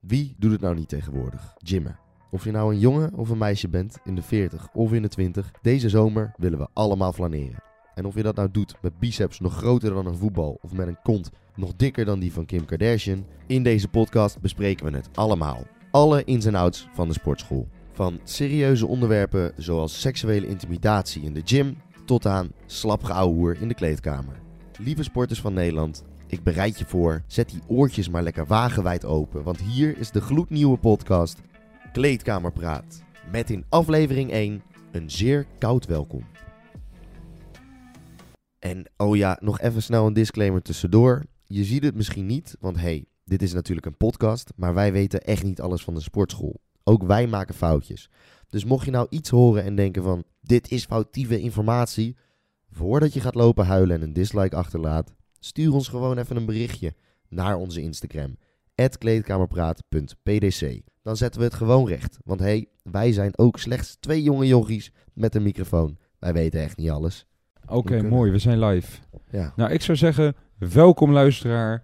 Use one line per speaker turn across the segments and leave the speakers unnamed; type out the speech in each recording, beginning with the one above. Wie doet het nou niet tegenwoordig? Gymmen. Of je nou een jongen of een meisje bent, in de 40 of in de 20, deze zomer willen we allemaal flaneren. En of je dat nou doet met biceps nog groter dan een voetbal of met een kont nog dikker dan die van Kim Kardashian, in deze podcast bespreken we het allemaal. Alle ins en outs van de sportschool. Van serieuze onderwerpen zoals seksuele intimidatie in de gym tot aan slap geouwehoer in de kleedkamer. Lieve sporters van Nederland, ik bereid je voor. Zet die oortjes maar lekker wagenwijd open, want hier is de gloednieuwe podcast Kleedkamerpraat. Met in aflevering 1 een zeer koud welkom. En oh ja, nog even snel een disclaimer tussendoor. Je ziet het misschien niet, want hey, dit is natuurlijk een podcast, maar wij weten echt niet alles van de sportschool. Ook wij maken foutjes. Dus mocht je nou iets horen en denken van dit is foutieve informatie, voordat je gaat lopen huilen en een dislike achterlaat, stuur ons gewoon even een berichtje naar onze Instagram. kleedkamerpraat.pdc Dan zetten we het gewoon recht. Want hé, hey, wij zijn ook slechts twee jonge jochies met een microfoon. Wij weten echt niet alles.
Oké,
kunnen.
mooi. We zijn live.
Ja,
Nou, ik zou zeggen, welkom luisteraar.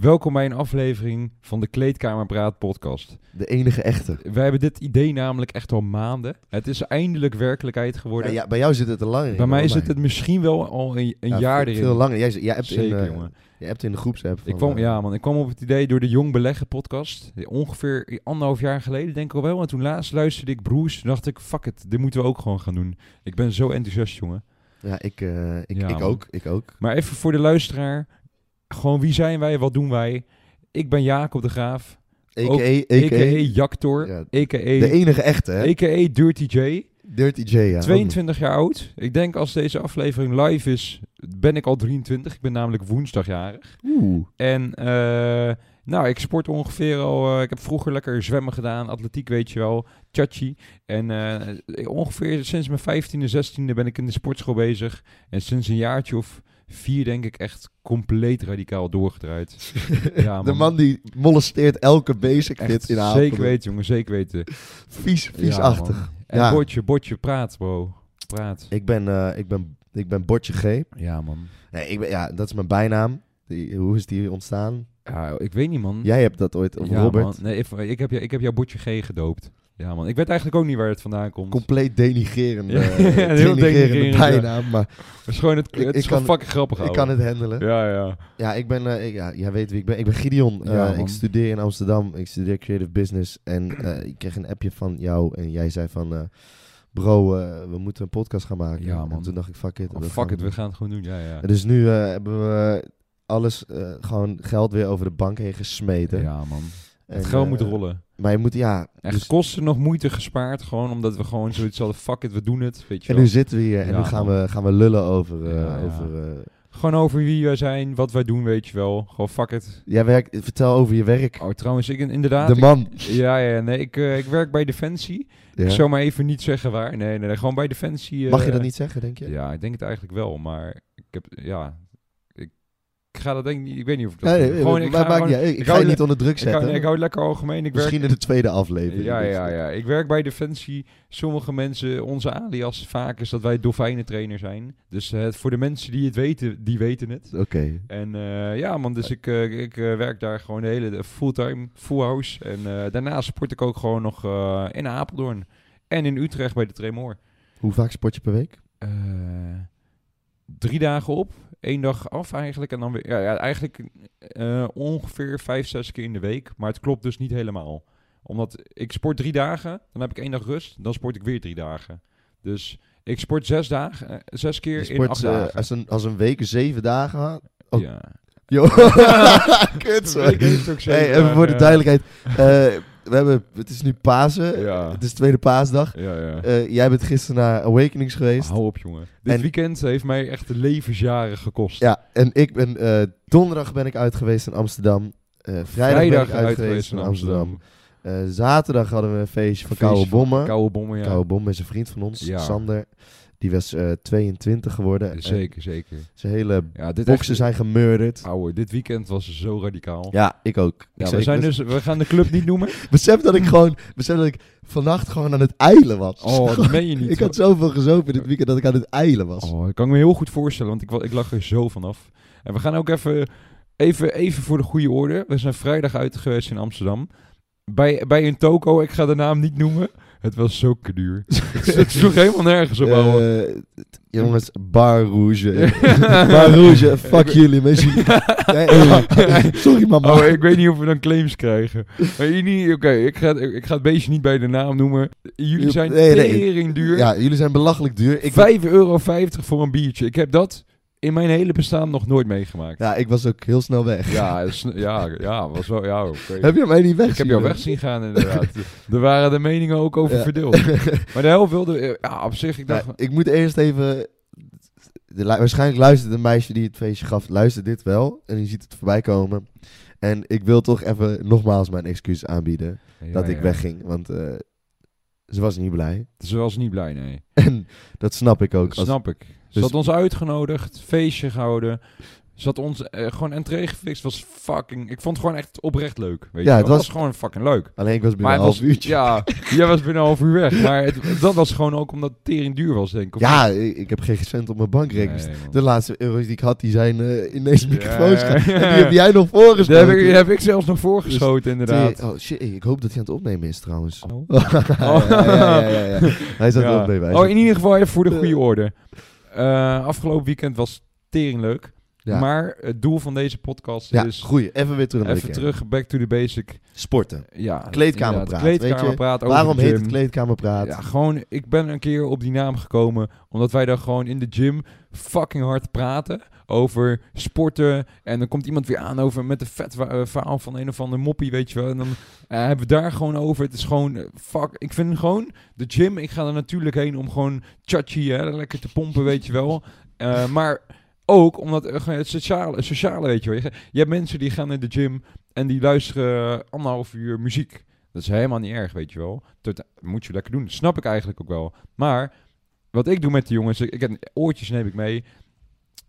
Welkom bij een aflevering van de Kleedkamerpraat podcast.
de enige echte.
Wij hebben dit idee namelijk echt al maanden. Het is eindelijk werkelijkheid geworden.
Ja, ja, bij jou zit het er langer in
bij
dan
mij zit het misschien wel al een, een
Ja,
jaar
veel,
erin.
Veel langer. Jij, zit- jij hebt in,
Zeker,
eh,
jongen.
je hebt in de groepsapp.
Ik
van,
kwam,
eh,
ja, man, ik kwam op het idee door de Jong Beleggen podcast. Ongeveer anderhalf jaar geleden, denk ik al wel. En toen laatst luisterde ik Broes. Toen dacht ik, fuck it, dit moeten we ook gewoon gaan doen. Ik ben zo enthousiast, jongen.
Ja, ik, eh, ik,
Ja,
ik
man.
ook. Ik ook.
Maar even voor de luisteraar. Gewoon, wie zijn wij? Wat doen wij? Ik ben Jacob de Graaf. Ook
A.k.a.
a.k.a. Jactor,
Ja. De
a.k.a.
enige echte, hè?
a.k.a. Dirty J.
Dirty J, ja.
22 jaar oud. Ik denk als deze aflevering live is, ben ik al 23. Ik ben namelijk woensdagjarig.
Oeh.
En eh, nou, ik sport ongeveer al... eh, ik heb vroeger lekker zwemmen gedaan, atletiek weet je wel, chachi. En eh, ongeveer sinds mijn 15e, 16e ben ik in de sportschool bezig. En sinds een jaartje of vier denk ik echt compleet radicaal doorgedraaid. Ja,
de
man.
man die molesteert elke basic
Echt
fit in Apeldoorn.
zeker weten, jongen, zeker weten.
Vies, viesachtig.
Ja, man. en
Ja.
Botje, Botje, praat bro. Praat.
ik, ben, eh, ik, ben, ik ben Botje G.
Ja man.
Nee, ik ben, ja, dat is mijn bijnaam. Die, hoe is die ontstaan?
Ja, ik weet niet man.
Jij hebt dat ooit, of
Ja,
Robert.
man. Nee, ik, ik, heb, jou- ik heb jouw Botje G gedoopt. Ja man, ik weet eigenlijk ook niet waar het vandaan komt.
Compleet denigerende,
Ja,
eh,
heel
denigerende
denigerend, ja.
bijnaam. Maar
het is gewoon, het,
Ik-
het
ik
is gewoon
kan-
fucking grappig
ik kan
ouwe.
het handelen.
Ja, ja.
Ja, ik ben, eh, ik- ja, jij weet wie ik ben. Ik ben Gideon.
Ja,
Eh, ik
man.
studeer in Amsterdam. Ik studeer creative business. En eh, ik kreeg een appje van jou. En jij zei van, eh, bro, eh, we moeten een podcast gaan maken.
Ja,
En
man.
toen dacht ik, fuck it.
Oh,
dat gaan
fuck it, we gaan het gewoon doen. Ja, ja.
doen. Dus nu eh, hebben we alles, eh, gewoon geld weer over de bank heen gesmeten.
Ja man.
En,
Het geld
eh,
moet rollen.
Maar je moet, ja.
Echt
dus-
kosten nog moeite gespaard. Gewoon omdat we gewoon zoiets hadden. Fuck it, we doen het. Weet je
en dus-
wel.
nu zitten we hier en
Ja,
nu gaan
man.
we, gaan we lullen over... eh,
Ja, ja.
over eh,
Gewoon over wie wij zijn, wat wij doen, weet je wel. Gewoon fuck it.
jij werkt, vertel over je werk.
Oh, trouwens, ik inderdaad.
de
ik-
man.
Ja, ja, nee, ik, eh, ik werk bij Defensie.
Ja.
Ik zou maar even niet zeggen waar. Nee, nee, nee gewoon bij Defensie. eh,
Mag je dat niet zeggen, denk je?
Ja, ik denk het eigenlijk wel, maar ik heb, ja, ik, ik ga dat denk ik niet, ik weet niet of ik dat
Nee,
doe.
nee,
Gewoon,
maar
ik
maakt
ga gewoon-
niet uit. Ik, ga
ik hou
je
le-
niet onder druk
ik hou,
zetten.
nee, ik hou lekker algemeen. Ik werk,
Misschien in de tweede aflevering.
ja, ja,
Dus,
ja. Ik werk bij Defensie. Sommige mensen, onze alias vaak is dat wij dolfijnentrainer zijn. Dus eh, voor de mensen die het weten, die weten het.
Oké.
En eh, ja man, dus ik, eh, ik eh, werk daar gewoon de hele de fulltime, full house. En eh, daarnaast sport ik ook gewoon nog eh, in Apeldoorn en in Utrecht bij de Tremor.
Hoe vaak sport je per week?
eh, drie dagen op, één dag af eigenlijk. En dan weer, ja, ja, eigenlijk eh, ongeveer vijf, zes keer in de week. Maar het klopt dus niet helemaal. Omdat ik sport drie dagen, dan heb ik één dag rust, dan sport ik weer drie dagen. Dus ik sport zes, dagen, eh, zes keer
Je
in
sport
acht
eh,
dagen.
als, een, als een week zeven dagen. ha- oh.
Ja.
Yo. Kut, sorry.
Ik weet het ook zeker,
Hey, even
maar,
voor de
eh,
duidelijkheid. eh, we hebben, het is nu Pasen.
Ja.
Het is tweede paasdag.
Ja, ja. Oh.
Eh, jij bent gisteren naar Awakenings geweest.
Hou op, jongen. Dit
En-
weekend heeft mij echt levensjaren gekost.
Ja, en ik ben... eh, donderdag ben ik uit geweest in Amsterdam. Eh, vrijdag, ben ik uit, geweest in Amsterdam. Eh, zaterdag hadden we een feestje van
Feestje
Koude
van
Bommen.
Koude bommen, ja.
Koude Bommen is een vriend van ons,
Ja.
Sander. Die was eh, 22 geworden. En
Zeker, zeker.
Zijn hele
Ja, dit
boksen
echt,
zijn gemurderd.
Ouwe, dit weekend was zo radicaal.
Ja, ik ook.
Ah.
ik
Ja, we,
zei,
zijn
ik
dus, we gaan de club niet noemen.
bes- besef dat ik gewoon, besef dat ik vannacht gewoon aan het eilen was.
Oh, dat meen je niet.
ik had zoveel gezopen dit weekend dat ik aan het eilen was.
oh, dat kan ik me heel goed voorstellen, want ik, wa- ik lag er zo vanaf. En we gaan ook even even, even voor de goede orde. We zijn vrijdag uit geweest in Amsterdam. Bij, bij een toko, ik ga de naam niet noemen. Het was zo duur. het sloeg helemaal nergens op. ouwe.
Eh, t- jongens, Bar Rouge. Bar Rouge, fuck jullie mensen. Nee, eh, sorry mama.
Oh, ik weet niet of we dan claims krijgen. Maar jullie, oké, ik, ga, het- ik ga het beestje niet bij de naam noemen. Jullie zijn
Nee, nee.
tering duur.
Ja, jullie zijn belachelijk duur. Ik,
5,50 euro voor een biertje. Ik heb dat in mijn hele bestaan nog nooit meegemaakt.
ja, ik was ook heel snel weg.
Ja, dat is- ja, ja, was wel, ja, oké.
Heb je mij niet weg?
Ik heb jou weg zien gaan inderdaad. er waren de meningen ook over
Ja.
verdeeld. Maar de helft wilde, ja, op zich, ik dacht,
ik moet eerst even... De, lu- waarschijnlijk luistert een meisje die het feestje gaf, luistert dit wel. En die ziet het voorbij komen. En ik wil toch even nogmaals mijn excuses aanbieden
ja,
dat ik
ja.
wegging. Want eh, ze was niet blij.
Ze was niet blij, nee.
En dat snap ik ook.
Dat
Als-
snap ik. Ze
dus-
had ons uitgenodigd, feestje gehouden. Ze had ons eh, gewoon entree gefixt. was fucking... Ik vond het gewoon echt oprecht leuk. Weet
Ja,
je?
het
Het was,
was-
gewoon fucking leuk.
Alleen ik was binnen
Maar
een
het
half
was,
uurtje.
Ja, jij was binnen een half uur weg. Maar het- dat was gewoon ook omdat het tering duur was, denk ik. of
Ja, ik, ik heb geen cent op mijn
niet?
bankrekening.
Nee,
staan.
man.
De laatste euro's die ik had, die zijn eh, in deze
Ja.
microfoons gegaan. En die heb jij nog voorgesproken.
Daar heb, ik, daar heb ik zelfs nog
Dus-
voorgeschoten, inderdaad.
Oh shit, ik hoop dat hij aan het opnemen is trouwens.
Oh.
ja, ja, ja, ja, ja. Hij is aan het
Ja.
opnemen. hij is
Oh,
aan-
in ieder geval even voor de
Eh.
goede orde. Eh, afgelopen weekend was tering leuk.
ja.
Maar het doel van deze podcast
ja,
is...
goeie. Even weer terug naar de
Even
kern.
terug, back to the basic.
Sporten.
Ja,
Kleedkamerpraat,
inderdaad.
weet je.
Kleedkamerpraat over
Waarom
de
heet
gym.
het kleedkamerpraat?
Ja, gewoon, ik ben een keer op die naam gekomen omdat wij daar gewoon in de gym fucking hard praten over sporten. En dan komt iemand weer aan over met de vet wa- eh, verhaal van een of ander moppie, weet je wel. En dan eh, hebben we het daar gewoon over. Het is gewoon, eh, fuck, ik vind gewoon de gym, ik ga er natuurlijk heen om gewoon chachi, hè, lekker te pompen, weet je wel. Eh, maar ook omdat eh, gewoon het sociale, sociale, weet je wel. Je, je hebt mensen die gaan naar de gym en die luisteren eh, anderhalf uur muziek. Dat is helemaal niet erg, weet je wel. Dat moet je lekker doen. Dat snap ik eigenlijk ook wel. Maar wat ik doe met de jongens, ik, ik heb oortjes neem ik mee.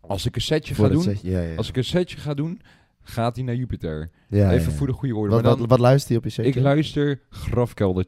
Als ik een setje ga
Voor dat
doen,
zeg- ja, ja.
als ik een setje ga doen, gaat hij naar Jupiter.
Ja,
Even
ja, ja.
voor de goede orde.
Wat,
maar dan,
wat, wat luister je op je setje?
ik luister grafkelder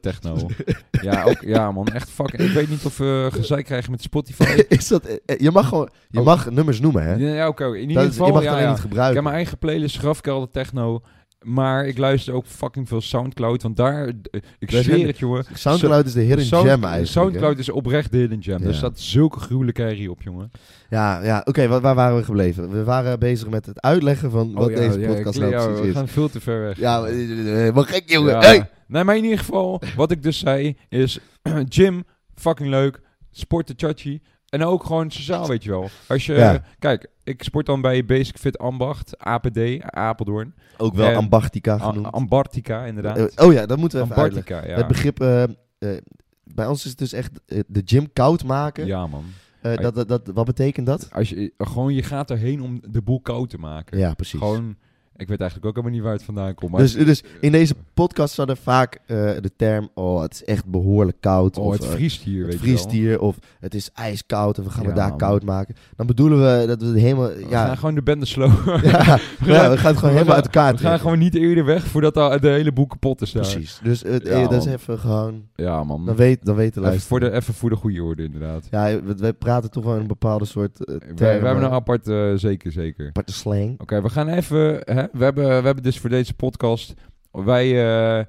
techno. ja, ook, ja, man, echt fucking. Ik weet niet of we gezeik krijgen met Spotify.
is dat, eh, eh, je mag gewoon... Je
Oh.
mag nummers noemen, hè?
ja, oké. In
Dat
ieder
is-
geval,
je mag het
ja,
alleen
ja.
niet
Ik
gebruiken.
heb mijn eigen playlist grafkelder techno. Maar ik luister ook fucking veel Soundcloud. Want daar, eh, ik
Wij zijn-
zweer het, jongen.
Soundcloud is de hidden
Sound-
gem eigenlijk. hè?
Soundcloud is oprecht de hidden jam.
Ja. Oh,
Daar staat zulke gruwelijke herrie op, jongen.
Ja, ja. oké, wa- waar waren we gebleven? We waren bezig met het uitleggen van wat
Oh ja,
deze
ja,
podcast
ik-
nou
ja,
precies
we
is.
gaan veel te ver weg.
Ja, maar- eh, eh, wat gek jongen.
Ja.
Hey!
Nee, maar in ieder geval, wat ik dus zei, is gym, fucking leuk, sporten, chachi. En ook gewoon sociaal, weet je wel. Als je,
Ja.
kijk, ik sport dan bij Basic Fit Ambacht, APD, Apeldoorn.
Ook wel
Eh,
Ambartica
A-
genoemd.
Ambartica, inderdaad.
Eh, oh ja, dat moeten we even uitleggen.
Ambartica, ja.
Het begrip... eh, eh, bij ons is het dus echt eh, de gym koud maken.
Ja, man.
Eh, dat, dat, dat, wat betekent dat?
Als je, gewoon, je gaat erheen om de boel koud te maken.
Ja, precies.
Gewoon, ik weet eigenlijk ook helemaal niet waar het vandaan komt. Maar
Dus, dus in deze podcast zat er vaak eh, de term... Oh, het is echt behoorlijk koud.
oh,
of,
het
eh,
vriest hier,
het
weet je
vriest
wel.
hier. Of het is ijskoud en we gaan
Ja,
het daar
man.
koud maken. Dan bedoelen we dat we het helemaal...
We
Ja,
gaan gewoon de bende slow.
ja, ja, we gaan het
gaan-
gewoon helemaal uit elkaar
We gaan
trekken.
gewoon niet eerder weg voordat de, de hele boel kapot is daar.
Precies. Dus eh, eh,
Ja,
dat is
man.
even gewoon...
Ja, man.
Dan weet, dan weet de
even,
luisteraar.
voor de, even voor de goede orde, inderdaad.
Ja, we, we praten toch wel een bepaalde soort eh,
Wij-
termen.
wij hebben een apart, eh, zeker, zeker.
aparte slang.
Oké, we gaan even. Hè, we, hebben, we hebben dus voor deze podcast. Wij, eh,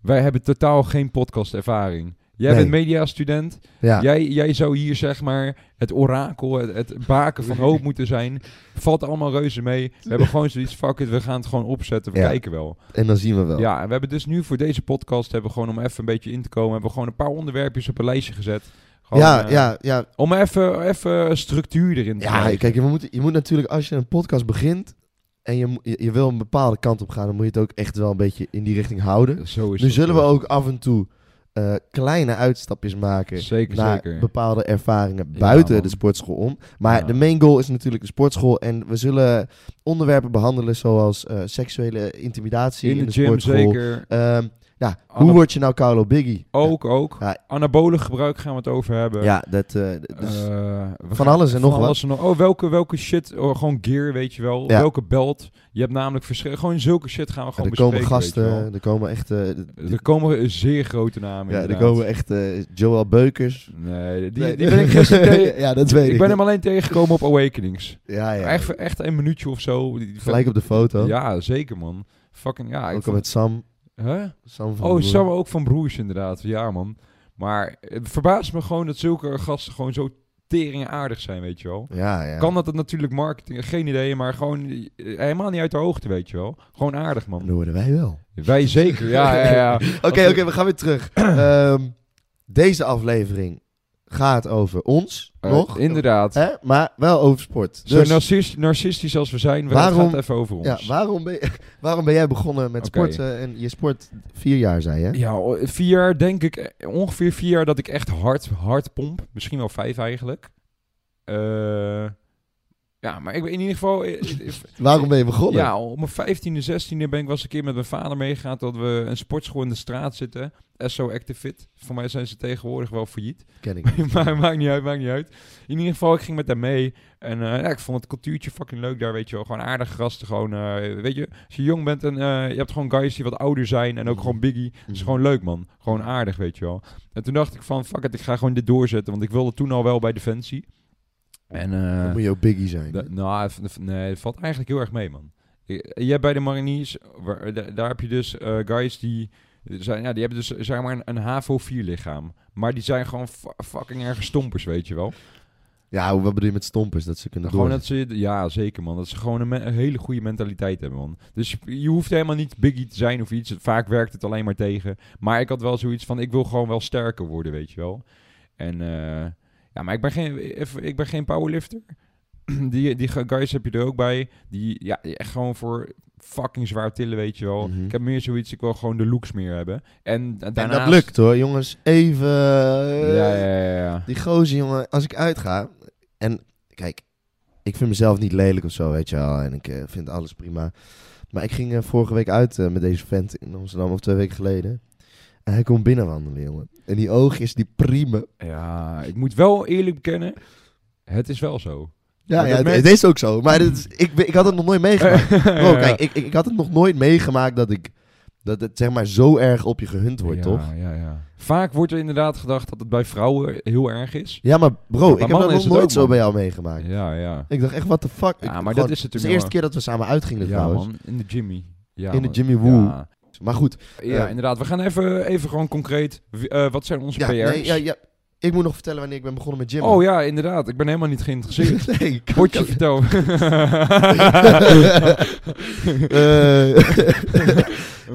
wij hebben totaal geen podcastervaring. Jij
Nee.
bent mediastudent.
Ja.
Jij, jij zou hier zeg maar het orakel, het, het baken van hoop moeten zijn. Valt allemaal reuze mee. We hebben gewoon zoiets, fuck it, we gaan het gewoon opzetten. We
Ja.
kijken wel.
En dan zien we wel.
Ja, en we hebben dus nu voor deze podcast, hebben we gewoon om even een beetje in te komen, hebben we gewoon een paar onderwerpjes op een lijstje gezet. Gewoon,
ja,
eh,
ja, ja.
Om even, even structuur erin te
Ja,
krijgen.
kijk, je moet, je moet natuurlijk als je een podcast begint en je, mo- je, je wil een bepaalde kant op gaan, dan moet je het ook echt wel een beetje in die richting houden.
Zo is
Nu
dat,
zullen we
ja.
ook af en toe eh, kleine uitstapjes maken
Zeker,
naar
zeker.
bepaalde ervaringen
Ja,
buiten
man.
de sportschool om. Maar
Ja.
de main goal is natuurlijk de sportschool en we zullen onderwerpen behandelen zoals eh, seksuele intimidatie in,
In de gym
sportschool.
zeker. Ah, Oh,
Ehm, Nou, hoe
Anab-
word je nou Carlo Biggie?
Ook, ook.
Ja.
Anabole gebruik gaan we het over hebben.
Ja, dat, eh, d- dus-
Eh, we
van
gaan-
alles en
van
nog wat.
alles en nog- Oh, welke, welke shit, oh, gewoon gear, weet je wel.
Ja.
Welke belt. Je hebt namelijk verschillende, gewoon zulke shit gaan we
Ja,
gewoon
er komen
bespreken, weet je
gasten, er komen echt, eh, d-
wel. Er komen zeer grote namen
ja, er
inderdaad.
komen echt eh, Joel Beukers.
Nee, die,
Nee,
die ben ik gisteren tegen-
ja, dat weet ik.
Ik ben hem alleen tegengekomen op Awakenings.
ja, ja.
Echt, echt een minuutje of zo. Die- die-
Gelijk op de foto.
Ja, zeker man. Fucking, ja. ik
Ook al
vond-
met Sam.
Huh?
Sam van
Oh,
Broer.
Sam ook van Broers inderdaad. Ja, man. Maar het verbaast me gewoon dat zulke gasten gewoon zo tering aardig zijn, weet je wel.
Ja, ja.
Kan dat het natuurlijk marketing? Geen idee, maar gewoon eh, helemaal niet uit de hoogte, weet je wel. Gewoon aardig,
Dat
man.
hoorden wij wel.
Wij zeker, ja, ja, ja.
Oké, oké, we gaan weer terug. Ehm, deze aflevering gaat over ons,
Eh,
nog.
Inderdaad.
Hè? Maar wel over sport.
Zo
Dus
narcis- narcistisch als we zijn, we
Waarom-
gaan het even over ons.
ja, waarom, ben je, waarom ben jij begonnen met
Oké.
sporten en je sport vier jaar, zei je?
Ja, o- vier jaar denk ik, eh, ongeveer vier jaar dat ik echt hard, hard pomp. Misschien wel vijf eigenlijk. Eh, ja, maar ik ben in ieder geval... eh, eh,
Waarom ben je begonnen?
Ja, op mijn 15e, 16e ben ik was een keer met mijn vader meegegaan dat we een sportschool in de straat zitten. SO Activit. Voor mij zijn ze tegenwoordig wel failliet.
Ken ik. niet.
maar maakt niet uit, maakt niet uit. In ieder geval, ik ging met hem mee. En eh, ja, ik vond het cultuurtje fucking leuk daar, weet je wel. Gewoon aardig gasten, gewoon, eh, weet je. Als je jong bent en eh, je hebt gewoon guys die wat ouder zijn en ook
Mhm.
gewoon biggie. Dat is gewoon leuk, man. Gewoon aardig, weet je wel. En toen dacht ik van, fuck it, ik ga gewoon dit doorzetten. Want ik wilde toen al wel bij Defensie. En, eh,
Dan moet je ook biggie zijn.
Da- nou, v- v- nee, het valt eigenlijk heel erg mee, man. Je je hebt bij de mariniers, waar- da- daar heb je dus eh, guys die, zijn, ja, die hebben dus zeg maar een, een HVO4-lichaam. Maar die zijn gewoon fu- fucking erg stompers, weet je wel.
Ja, wat bedoel je met stompers? Dat ze kunnen
Gewoon
door.
dat ze, ja, zeker man. Dat ze gewoon een, me- een hele goede mentaliteit hebben, man. Dus je, je hoeft helemaal niet biggie te zijn of iets. Vaak werkt het alleen maar tegen. Maar ik had wel zoiets van, ik wil gewoon wel sterker worden, weet je wel. En eh, ja, maar ik ben geen, ik ben geen powerlifter. Die, die guys heb je er ook bij. Die ja, echt gewoon voor fucking zwaar tillen, weet je wel.
Mhm.
Ik heb meer zoiets, ik wil gewoon de looks meer hebben. En daarnaast...
En dat lukt hoor, jongens. Even. eh,
Ja, ja, ja, ja.
Die gozer, jongen, als ik uitga. En kijk, ik vind mezelf niet lelijk of zo, weet je wel. En ik eh, vind alles prima. Maar ik ging eh, vorige week uit eh, met deze vent in Amsterdam, of twee weken geleden. En hij komt binnenwandelen, jongen. En die oogjes, die prima.
Ja, ik moet wel eerlijk bekennen, het is wel zo.
Ja,
Maar
ja
dat
het,
merk-
het is ook zo. Maar dit is, ik, ben- ik had het nog nooit meegemaakt. Bro, kijk, ik, ik, ik had het nog nooit meegemaakt dat ik. Dat het zeg maar zo erg op je gehunt wordt,
ja,
toch?
Ja, ja. Vaak wordt er inderdaad gedacht dat het bij vrouwen heel erg is.
Ja, maar bro, ik
Ja, maar
heb
mannen
dat nog
is het
nooit
ook,
zo
man.
bij jou meegemaakt.
Ja, ja.
Ik dacht echt, wat de fuck?
Ja,
Ik-
maar
gewoon-
dat
Het
is
is de
natuurlijk
eerste keer dat we samen uitgingen
wel- Ja,
trouwens.
man. In de Jimmy. Ja,
In de
man.
Jimmy Woo.
Ja,
Maar goed.
Ja,
Eh.
inderdaad. We gaan even, even gewoon concreet. Wie- eh, wat zijn onze
Ja,
PR's?
nee, ja, ja, ik moet nog vertellen wanneer ik ben begonnen met gym.
Oh ja, inderdaad. Ik ben helemaal niet geïnteresseerd.
nee, kan-
Potje vertel.
Eh,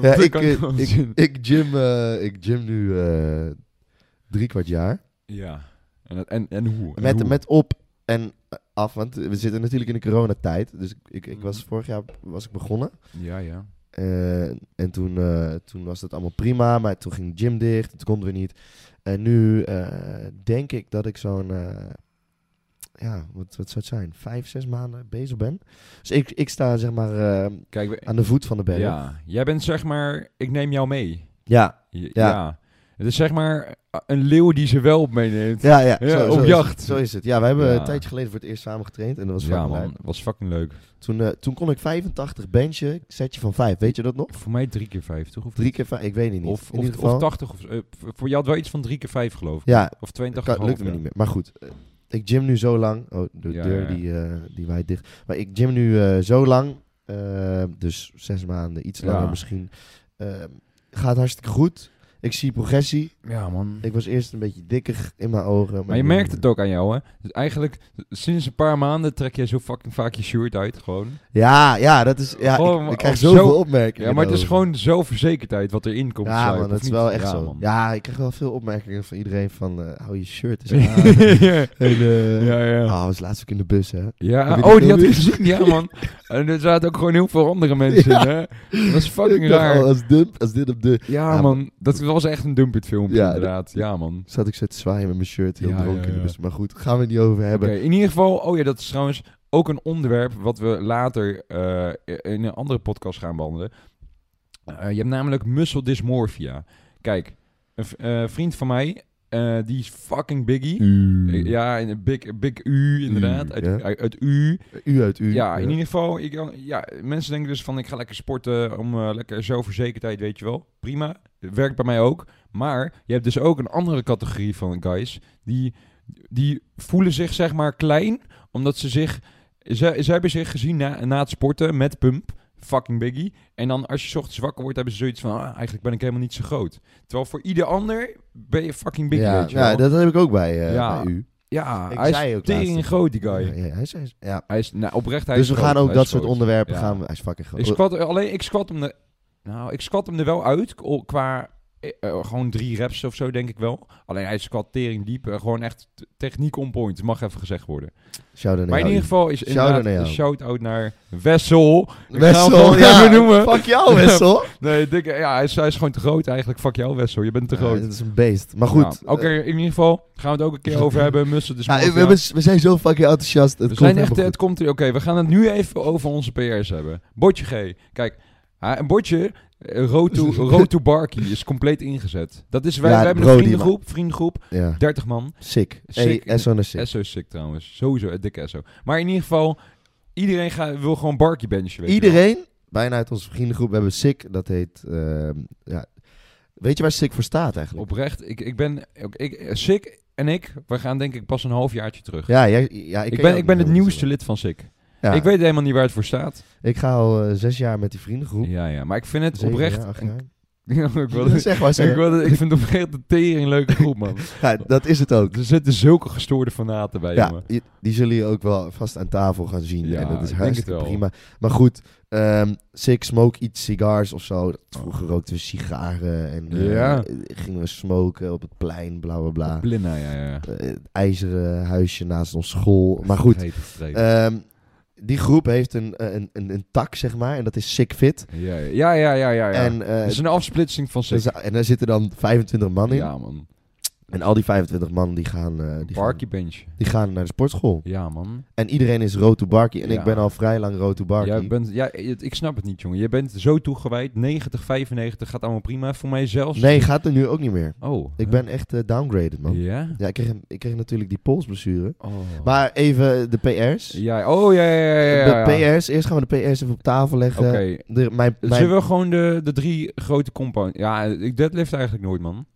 ja,
Dat
ik,
kan
eh,
gewoon
ik,
zien.
ik, gym, eh, ik gym nu eh, drie kwart jaar.
Ja. En, dat- en, en hoe? En
Met,
hoe?
met op en af, want we zitten natuurlijk in de coronatijd. Dus ik, ik, ik
Mhm.
was vorig jaar was ik begonnen.
Ja, ja.
Eh, en toen, eh, toen was dat allemaal prima, maar toen ging de gym dicht, het konden we niet. En nu eh, denk ik dat ik zo'n, eh, ja, wat, wat zou het zijn, vijf, zes maanden bezig ben. Dus ik, ik sta zeg maar eh,
Kijk, we-
aan de voet van de berg.
ja. jij bent zeg maar... Ik neem jou mee.
ja,
Ja.
Ja.
ja. Het is zeg maar eh, een leeuw die ze wel op meeneemt.
ja, ja,
Ja, op
is het.
jacht.
zo is het. Ja, we hebben
Ja.
een tijdje geleden voor het eerst samen getraind en dat was
ja,
fucking
man.
leuk.
Was fucking leuk.
Toen, eh, toen kon ik 85 benchen, setje van 5, weet je dat nog?
Voor mij drie keer vijf, toch? Of
Drie keer 5, ik weet het niet.
Of,
In
of,
ieder
of
geval,
80. Of, eh, v- voor jou had wel iets van drie keer vijf, geloof ik.
ja,
Of
Dat
82.
kan- lukt me niet meer. Maar goed, eh, ik gym nu zo lang. Oh, de
Ja,
deur
ja, ja.
Die, eh, die waait dicht. Maar ik gym nu eh, zo lang. eh, dus zes maanden, iets
Ja.
langer misschien. eh, gaat hartstikke goed. Ik zie progressie.
Ja, man.
Ik was eerst een beetje dikker in mijn ogen.
maar je
nu-
merkt het ook aan jou, hè? Dus eigenlijk, sinds een paar maanden trek jij zo fucking vaak je shirt uit, gewoon.
Ja, ja, dat is. Ja,
Gewoon,
ik, ik krijg
zo-
zoveel opmerkingen.
Ja, maar het is
daarover.
gewoon zelfverzekerdheid wat erin komt.
Ja,
sluipen,
man,
of
dat is
niet?
wel echt
Ja,
zo.
man.
Ja, ik krijg wel veel opmerkingen van iedereen van... eh, hou je shirt eens
Ja.
aan.
ja.
en, eh,
ja, ja.
Oh, was laatst ook in de bus, hè.
Ja,
Heb je die
oh, die had ik
filmpjes?
gezien, ja man. En er zaten ook gewoon heel veel andere mensen in, hè. Dat was fucking
Ik dacht al,
raar.
als, dit, als dit op de...
Ja,
Ja,
man, dat was echt een dumpert filmpje,
Ja,
inderdaad. Ja, man.
Zat ik zo te zwaaien met mijn shirt, heel
Ja,
dronken
ja,
in de
ja.
bus. Maar goed, gaan we het niet over hebben.
Oké, in ieder geval, oh ja, dat is trouwens ook een onderwerp wat we later eh, in een andere podcast gaan behandelen. Eh, je hebt namelijk muscle dysmorphia. Kijk, een v- eh, vriend van mij, eh, die is fucking biggie. Eh, Ja, in een big, big U inderdaad.
U,
uit,
ja.
uit, uit U.
U uit u. eh,
Ja, in ieder geval. Ik, kan- ja, mensen denken dus van ik ga lekker sporten om eh, lekker zelfverzekerdheid, weet je wel. Prima, werkt bij mij ook. Maar je hebt dus ook een andere categorie van guys die, die voelen zich zeg maar klein omdat ze zich... Ze, ze hebben zich gezien na, na het sporten met pump, fucking biggie. En dan als je 's ochtends wakker wordt, hebben ze zoiets van... "Ah, eigenlijk ben ik helemaal niet zo groot. Terwijl voor ieder ander ben je fucking biggie,
ja,
weet je
ja,
wel.
dat heb ik ook bij, eh,
Ja.
bij u.
ja,
Ik
hij
zei
is
ook laatst
tering
dat-
groot, die guy.
Ja, ja, hij is- ja.
Hij is, nou, oprecht, hij
Dus
is
we
groot,
gaan ook
hij is
dat soort
groot.
onderwerpen
Ja.
gaan we... Hij is fucking groot.
Ik squat, alleen ik squat hem er. Nou, ik squat hem er wel uit ko- qua eh, eh, gewoon drie reps of zo, denk ik wel. Alleen hij squat tering diep. eh, gewoon echt t- techniek on point. Mag even gezegd worden.
Shout-out naar
maar in
jou, U.
ieder geval is
Shout-out
inderdaad
naar jou.
een shout-out naar Wessel. Ik ga hem
Wessel,
gewoon
ja.
even noemen.
Fuck jou, Wessel.
Nee, dikke, ja, hij, is, hij is gewoon te groot eigenlijk. Fuck jou, Wessel. Je bent te groot.
Ja, dat is een beest. Maar goed.
Nou, Oké, in ieder geval gaan we het ook een keer over hebben. Mussen, dus
Ja, we, hebben- we zijn zo fucking enthousiast. Het
we
komt
zijn echt,
helemaal
het komt er. Oké, we gaan het nu even over onze PR's hebben. Botje G. Kijk, ha- een botje. eh, Road to, road to Barkie is compleet ingezet. Dat is wij.
Ja,
wij hebben
Brody,
een vriendengroep, vriendengroep,
goed. Ja.
30 man.
Sick.
eh, Sick.
Hey, SO naar sick.
SO is sick trouwens. Sowieso, eh, dikke SO. Maar in ieder geval, iedereen gaat, wil gewoon Barkie benchen. weet je wel.
Iedereen, bijna uit onze vriendengroep, we hebben sick. Dat heet... ehm, ja. Weet je waar sick voor staat eigenlijk?
Oprecht, ik, ik ben. ook- Ik, eh, sick en ik, we gaan denk ik pas een halfjaartje terug.
Ja, jij, ja, ik,
ik,
ken jou
ben,
ook
ik ben
nog niet
het
zo
nieuwste
lang.
lid van Sick.
Ja,
Ik weet helemaal niet waar het voor staat.
ik ga al eh, zes jaar met die vriendengroep.
Ja, ja. Maar ik vind het
Zeven
oprecht.
jaar, acht
een-
jaar.
Ja, ik wilde-
zeg maar, zeg
Ik,
maar.
wil dat- ik vind het oprecht een tering leuke groep, man.
Ja, dat is het ook.
Er zitten zulke gestoorde fanaten bij,
Ja,
jongen.
je- die zullen je ook wel vast aan tafel gaan zien.
Ja,
en dat
ik
is
denk
hartstikke
het wel.
prima. Maar goed, ehm Six smoke iets cigars of zo. Dat- Vroeger rookten we sigaren en eh,
Ja.
gingen we smoken op het plein, bla bla bla.
Blinna, nou, ja, ja.
Eh, het ijzeren huisje naast ons school. Maar goed,
Vergeet het, vergeet het.
ehm, die groep heeft een, eh, een, een, een tak, zeg maar. En dat is Sick Fit.
ja, ja, ja, ja, ja. ja.
Eh, En, eh,
het is een afsplitsing van
dus-
zes.
en daar zitten dan 25 man in.
Ja, man.
En al die 25 man die gaan, eh, die gaan,
Barkie bench.
die gaan naar de sportschool.
Ja, man.
En iedereen is road to barkie. En
Ja.
ik ben al vrij lang road to barkie.
Jij bent, ja, het- ik snap het niet, jongen. Je bent zo toegewijd. 90, 95 gaat allemaal prima. Voor mij zelfs.
Nee, gaat er nu ook niet meer.
Oh.
Ik ben echt eh, downgraded, man.
Ja?
Ja, ik kreeg, ik kreeg natuurlijk die polsblessure.
Oh.
Maar even de PR's.
Ja, oh, ja, ja, ja, ja. ja.
De PR's. Eerst gaan we de PR's even op tafel leggen.
Oké.
De, mijn, mijn,
Zullen we gewoon de, de drie grote compound... Ja, ik deadlift eigenlijk nooit, man.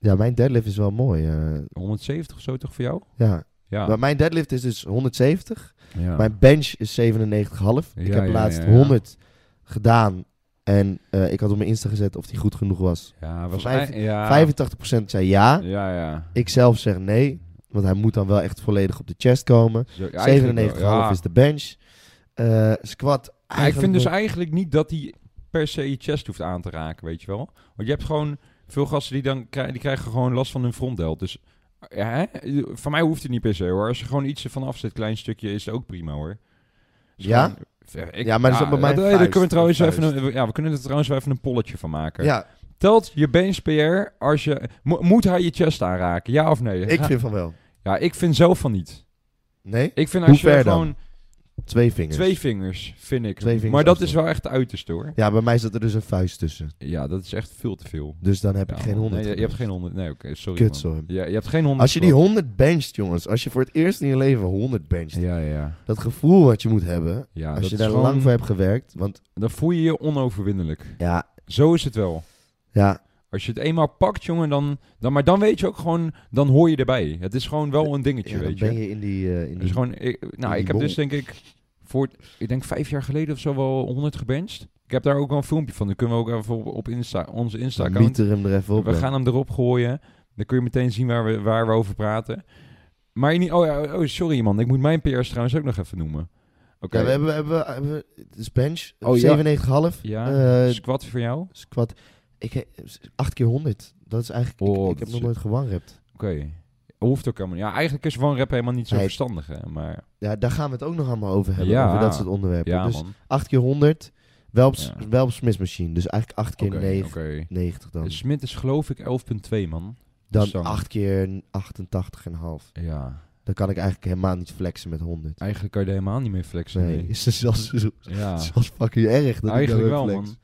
Ja, mijn deadlift is wel mooi. eh,
170 of zo toch voor jou?
ja.
Ja.
Maar mijn deadlift is dus 170.
ja.
Mijn bench is 97,5. ik
Ah. Ja,
heb
ja,
laatst
ja, ja.
100 gedaan. En eh, ik had op mijn Insta gezet of die goed genoeg was.
Ja, was
Vijf-
ei- ja.
85% zei ja.
Ah. Ja, ja.
Ik zelf zeg nee. Want hij moet dan wel echt volledig op de chest komen.
Zo, ja,
97,5
eigenlijk wel, ja.
is de bench. Eh, squat.
Maar ik vind dus
eigenlijk
eigenlijk niet dat hij per se je chest hoeft aan te raken, weet je wel. Want je hebt gewoon veel gasten die dan krijgen, die krijgen gewoon last van hun frontdelt. Dus ja, hè? van mij hoeft het niet per se hoor. Als je gewoon iets ervan afzet, klein stukje, is het ook prima hoor. Dus
Ja?
gewoon- ik-
Ja, maar dat is ook bij mijn
dat- hey, daar
vuist,
kunnen we trouwens
mijn
even een, ja, we kunnen er trouwens wel even een polletje van maken.
nog- Ja,
Telt je bench PR als je... mo- moet hij je chest aanraken? Ja of nee?
ik
Ha-
vind van wel.
Ja, ik vind zelf van niet.
Nee?
Ik vind
Hoe
als je
ver dan?
gewoon...
Twee vingers.
Twee vingers, vind ik.
Twee vingers
maar dat
afstand.
is wel echt de uiterste hoor.
Ja, bij mij zat er dus een vuist tussen.
Ja, dat is echt veel te veel.
Dus dan heb ik
Ja,
geen
man.
100.
Nee, je, je
gedaan.
hebt geen 100. Nee, oké, sorry.
Kut,
man.
sorry.
Ja, je hebt geen 100.
Als je die 100 bencht, jongens. Als je voor het eerst in je leven 100 bencht.
Ja, ja, ja.
Dat gevoel wat je moet hebben.
ja
als
dat
je
is
daar
gewoon-
lang voor hebt gewerkt. Want
Dan voel je je onoverwinnelijk.
ja,
Zo is het wel.
ja,
Als je het eenmaal pakt, jongen, dan, dan... Maar dan weet je ook gewoon... Dan hoor je erbij. Het is gewoon wel een dingetje,
ja dan
weet je.
ben je in die... eh, in
Dus
die
gewoon... Ik, nou,
die
ik heb
bol.
dus denk ik... Voor, ik denk vijf jaar geleden of zo wel 100 gebenched. Ik heb daar ook wel een filmpje van. Dat kunnen we ook even op, op Insta, onze
dan
Insta-account.
mieter hem er even op.
We
dan.
gaan hem erop gooien. Dan kun je meteen zien waar we, waar we over praten. Maar je niet... Oh ja, oh, sorry man. Ik moet mijn PR's trouwens ook nog even noemen. Oké.
Ja, we hebben, hebben, hebben, het is bench.
Oh, ja.
97,5.
Ja,
Eh,
squat voor jou? Oké.
squat. Ik heb 8 keer 100. Dat is eigenlijk. ik-
Oh,
ik
dat
heb
is-
nog nooit gewanrept.
Hoeft ook helemaal niet. Ja, eigenlijk is one rap helemaal niet zo
Nee.
verstandig, hè. Maar
Ja, daar gaan we het ook nog allemaal over hebben.
Ja.
Over dat soort onderwerpen.
ja,
dus
man.
8 keer 100. Wel op, s-
Ja.
wel op Smith Machine. Dus eigenlijk 8 keer
Oké,
9,
oké.
90 dan.
Smit is geloof ik 11.2, man.
dan
zo.
8 keer 88,5.
Ja.
Dan kan ik eigenlijk helemaal niet flexen met 100.
Eigenlijk kan je er helemaal niet mee flexen.
Nee, Ah.
nee.
is dat zelfs,
Ja.
zelfs fucking erg. Dat ik
Eigenlijk
daarmee
wel,
flex.
man.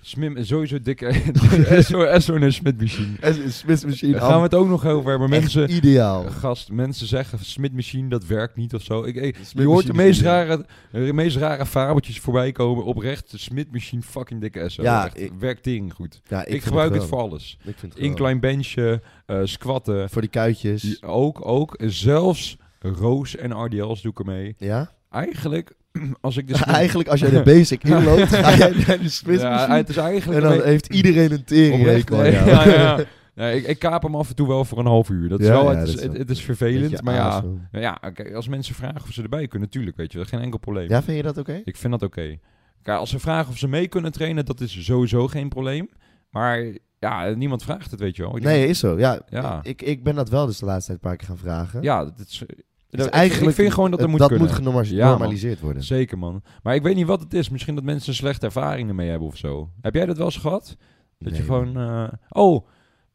Smim, sowieso dikke SOS en smidmachine.
En een smitsmachine.
Daar gaan we het ook nog over hebben.
echt
Mensen,
ideaal.
gast, mensen zeggen smidmachine, dat werkt niet of zo. Ik, ik- je
smidmachine
hoort de
is
meest
ideaal.
rare, de meest rare fabeltjes voorbij komen. Oprecht, de smidmachine fucking dikke SOS.
Ja,
Ja,
ik-
werkt ding goed.
Ja,
Ik,
vind
gebruik
het
het voor
gewoon.
alles.
Ik vind het
In
gewoon.
klein benchje, eh, squatten.
Voor die kuitjes.
Die- Ook, ook. Zelfs Roos en RDL's doe ik ermee.
Ja?
Eigenlijk, als ik de smid-
eigenlijk als jij de basic inloopt, ga jij naar de
Ja,
smitsmachine.
het is eigenlijk
en dan
een beetje-
heeft iedereen een
Oprecht,
teringrekel aan
nee.
jou.
ja, ja, ja. Nee, ik, ik kaap hem af en toe wel voor een half uur. Dat is
Ja,
wel,
ja,
het,
dat
is,
is
het,
wel-
het is
Beetje
vervelend, maar ja.
aarzel.
Nou Ja, kijk, als mensen vragen of ze erbij kunnen, natuurlijk, weet je wel. Geen enkel probleem.
Ja, vind je dat oké?
Ik vind dat oké. Kijk, als ze vragen of ze mee kunnen trainen, dat is sowieso geen probleem. Maar ja, niemand vraagt het, weet je wel. Ik denk-
Nee, is zo. Ja,
Ja.
Ik, ik ben dat wel dus de laatste tijd een paar keer gaan vragen.
Ja, dat is...
Dus
dat- ik-
eigenlijk,
ik vind gewoon dat er
het-
moet
dat
kunnen.
moet genormaliseerd
Ja, man.
worden.
Zeker, man. Maar ik weet niet wat het is. Misschien dat mensen slechte ervaringen mee hebben of zo. Heb jij dat wel eens gehad? Dat je
Nee,
gewoon...
man.
eh, oh,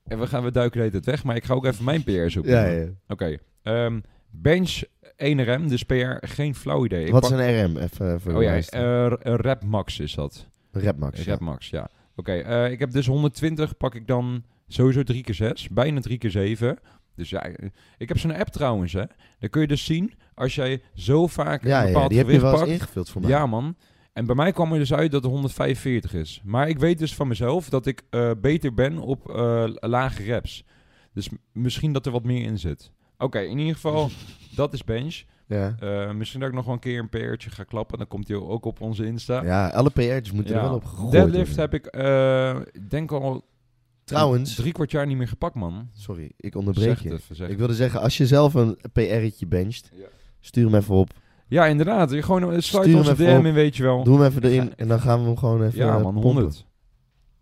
en we, gaan, we duiken de hele tijd weg, maar ik ga ook even mijn PR zoeken.
Ja, ja.
Oké. ehm, bench 1RM, dus PR, geen flauw idee. Ik
Wat is
pak-
een RM? Even voor
Oh
de
ja,
luisteraar.
eh, een rep max is dat.
Rapmax. ja.
Rep max, ja. Oké, eh, ik heb dus 120, pak ik dan sowieso 3 keer 6, bijna 3 keer 7. Dus ja, eh, ik heb zo'n app trouwens, hè. Dan kun je dus zien, als jij zo vaak
Ja,
een
ja,
bepaald
die heb je
gewicht
wel eens
pakt...
ingevuld voor mij.
Ja, man. En bij mij kwam er dus uit dat het 145 is. Maar ik weet dus van mezelf dat ik eh, beter ben op eh, lage reps. Dus m- misschien dat er wat meer in zit. Oké, in ieder geval, dat is bench.
Ja.
Eh, misschien dat ik nog wel een keer een PR'tje ga klappen. Dan komt hij ook op onze Insta.
Ja, alle PR'tjes moeten
Eh, Ja.
er wel op gegooid
Deadlift
worden.
heb ik, eh, ik denk al
Trouwens-
drie kwart jaar niet meer gepakt, man.
Sorry, ik onderbreek
Zeg
je.
het even, zeg
Ik wilde zeggen, als je zelf een PR'tje bencht,
Ja.
stuur hem even op.
Ja, inderdaad. Je Gewoon eh,
Stuur
sluit
hem
onze
even op.
DM in, weet je wel.
Doe hem even erin en dan gaan we hem gewoon even
Ja,
eh,
man,
pompen.
100.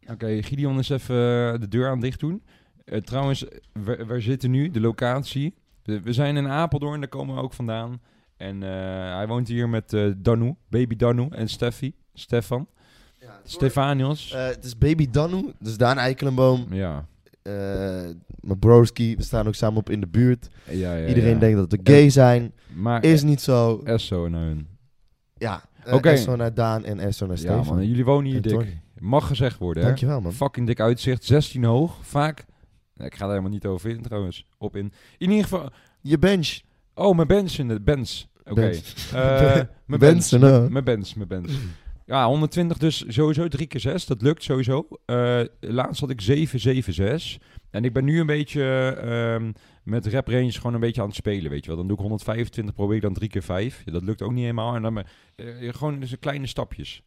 Oké, Gideon is even eh, de deur aan dicht doen. Eh, trouwens, we- waar zitten nu? De locatie. We, we zijn in Apeldoorn, daar komen we ook vandaan. En eh, hij woont hier met eh Danu, baby Danu en Steffi, Stefan, Stefanios.
Eh, het is Baby Danu, dus Daan Eikelenboom,
ja.
eh, mijn broski. We staan ook samen op in de buurt.
Ja, ja,
Iedereen
ja.
denkt dat we gay zijn.
Maar eh,
Is niet zo.
Esso naar hun.
Ja, uh,
Oké.
naar Daan en Esso naar
Ja,
Stefan.
man, jullie wonen hier
En
dik.
Tony.
Mag gezegd worden, hè?
Dankjewel, man.
Fucking dik uitzicht, 16 hoog. Vaak, ik ga daar helemaal niet over in trouwens, op in. In ieder geval,
Je bench.
Oh, mijn Benz in de Benz. Oké.
Bench.
Eh, mijn Benz.
Benzen, hè?
Mijn Benz, mijn Benz. Ja, 120 dus sowieso 3 keer 6. Dat lukt sowieso. Eh, laatst had ik 776. En ik ben nu een beetje ehm, met rep range gewoon een beetje aan het spelen, weet je wel. Dan doe ik 125, probeer ik dan 3 keer 5. Ja, dat lukt ook niet helemaal. En dan ben- eh, gewoon dus kleine stapjes.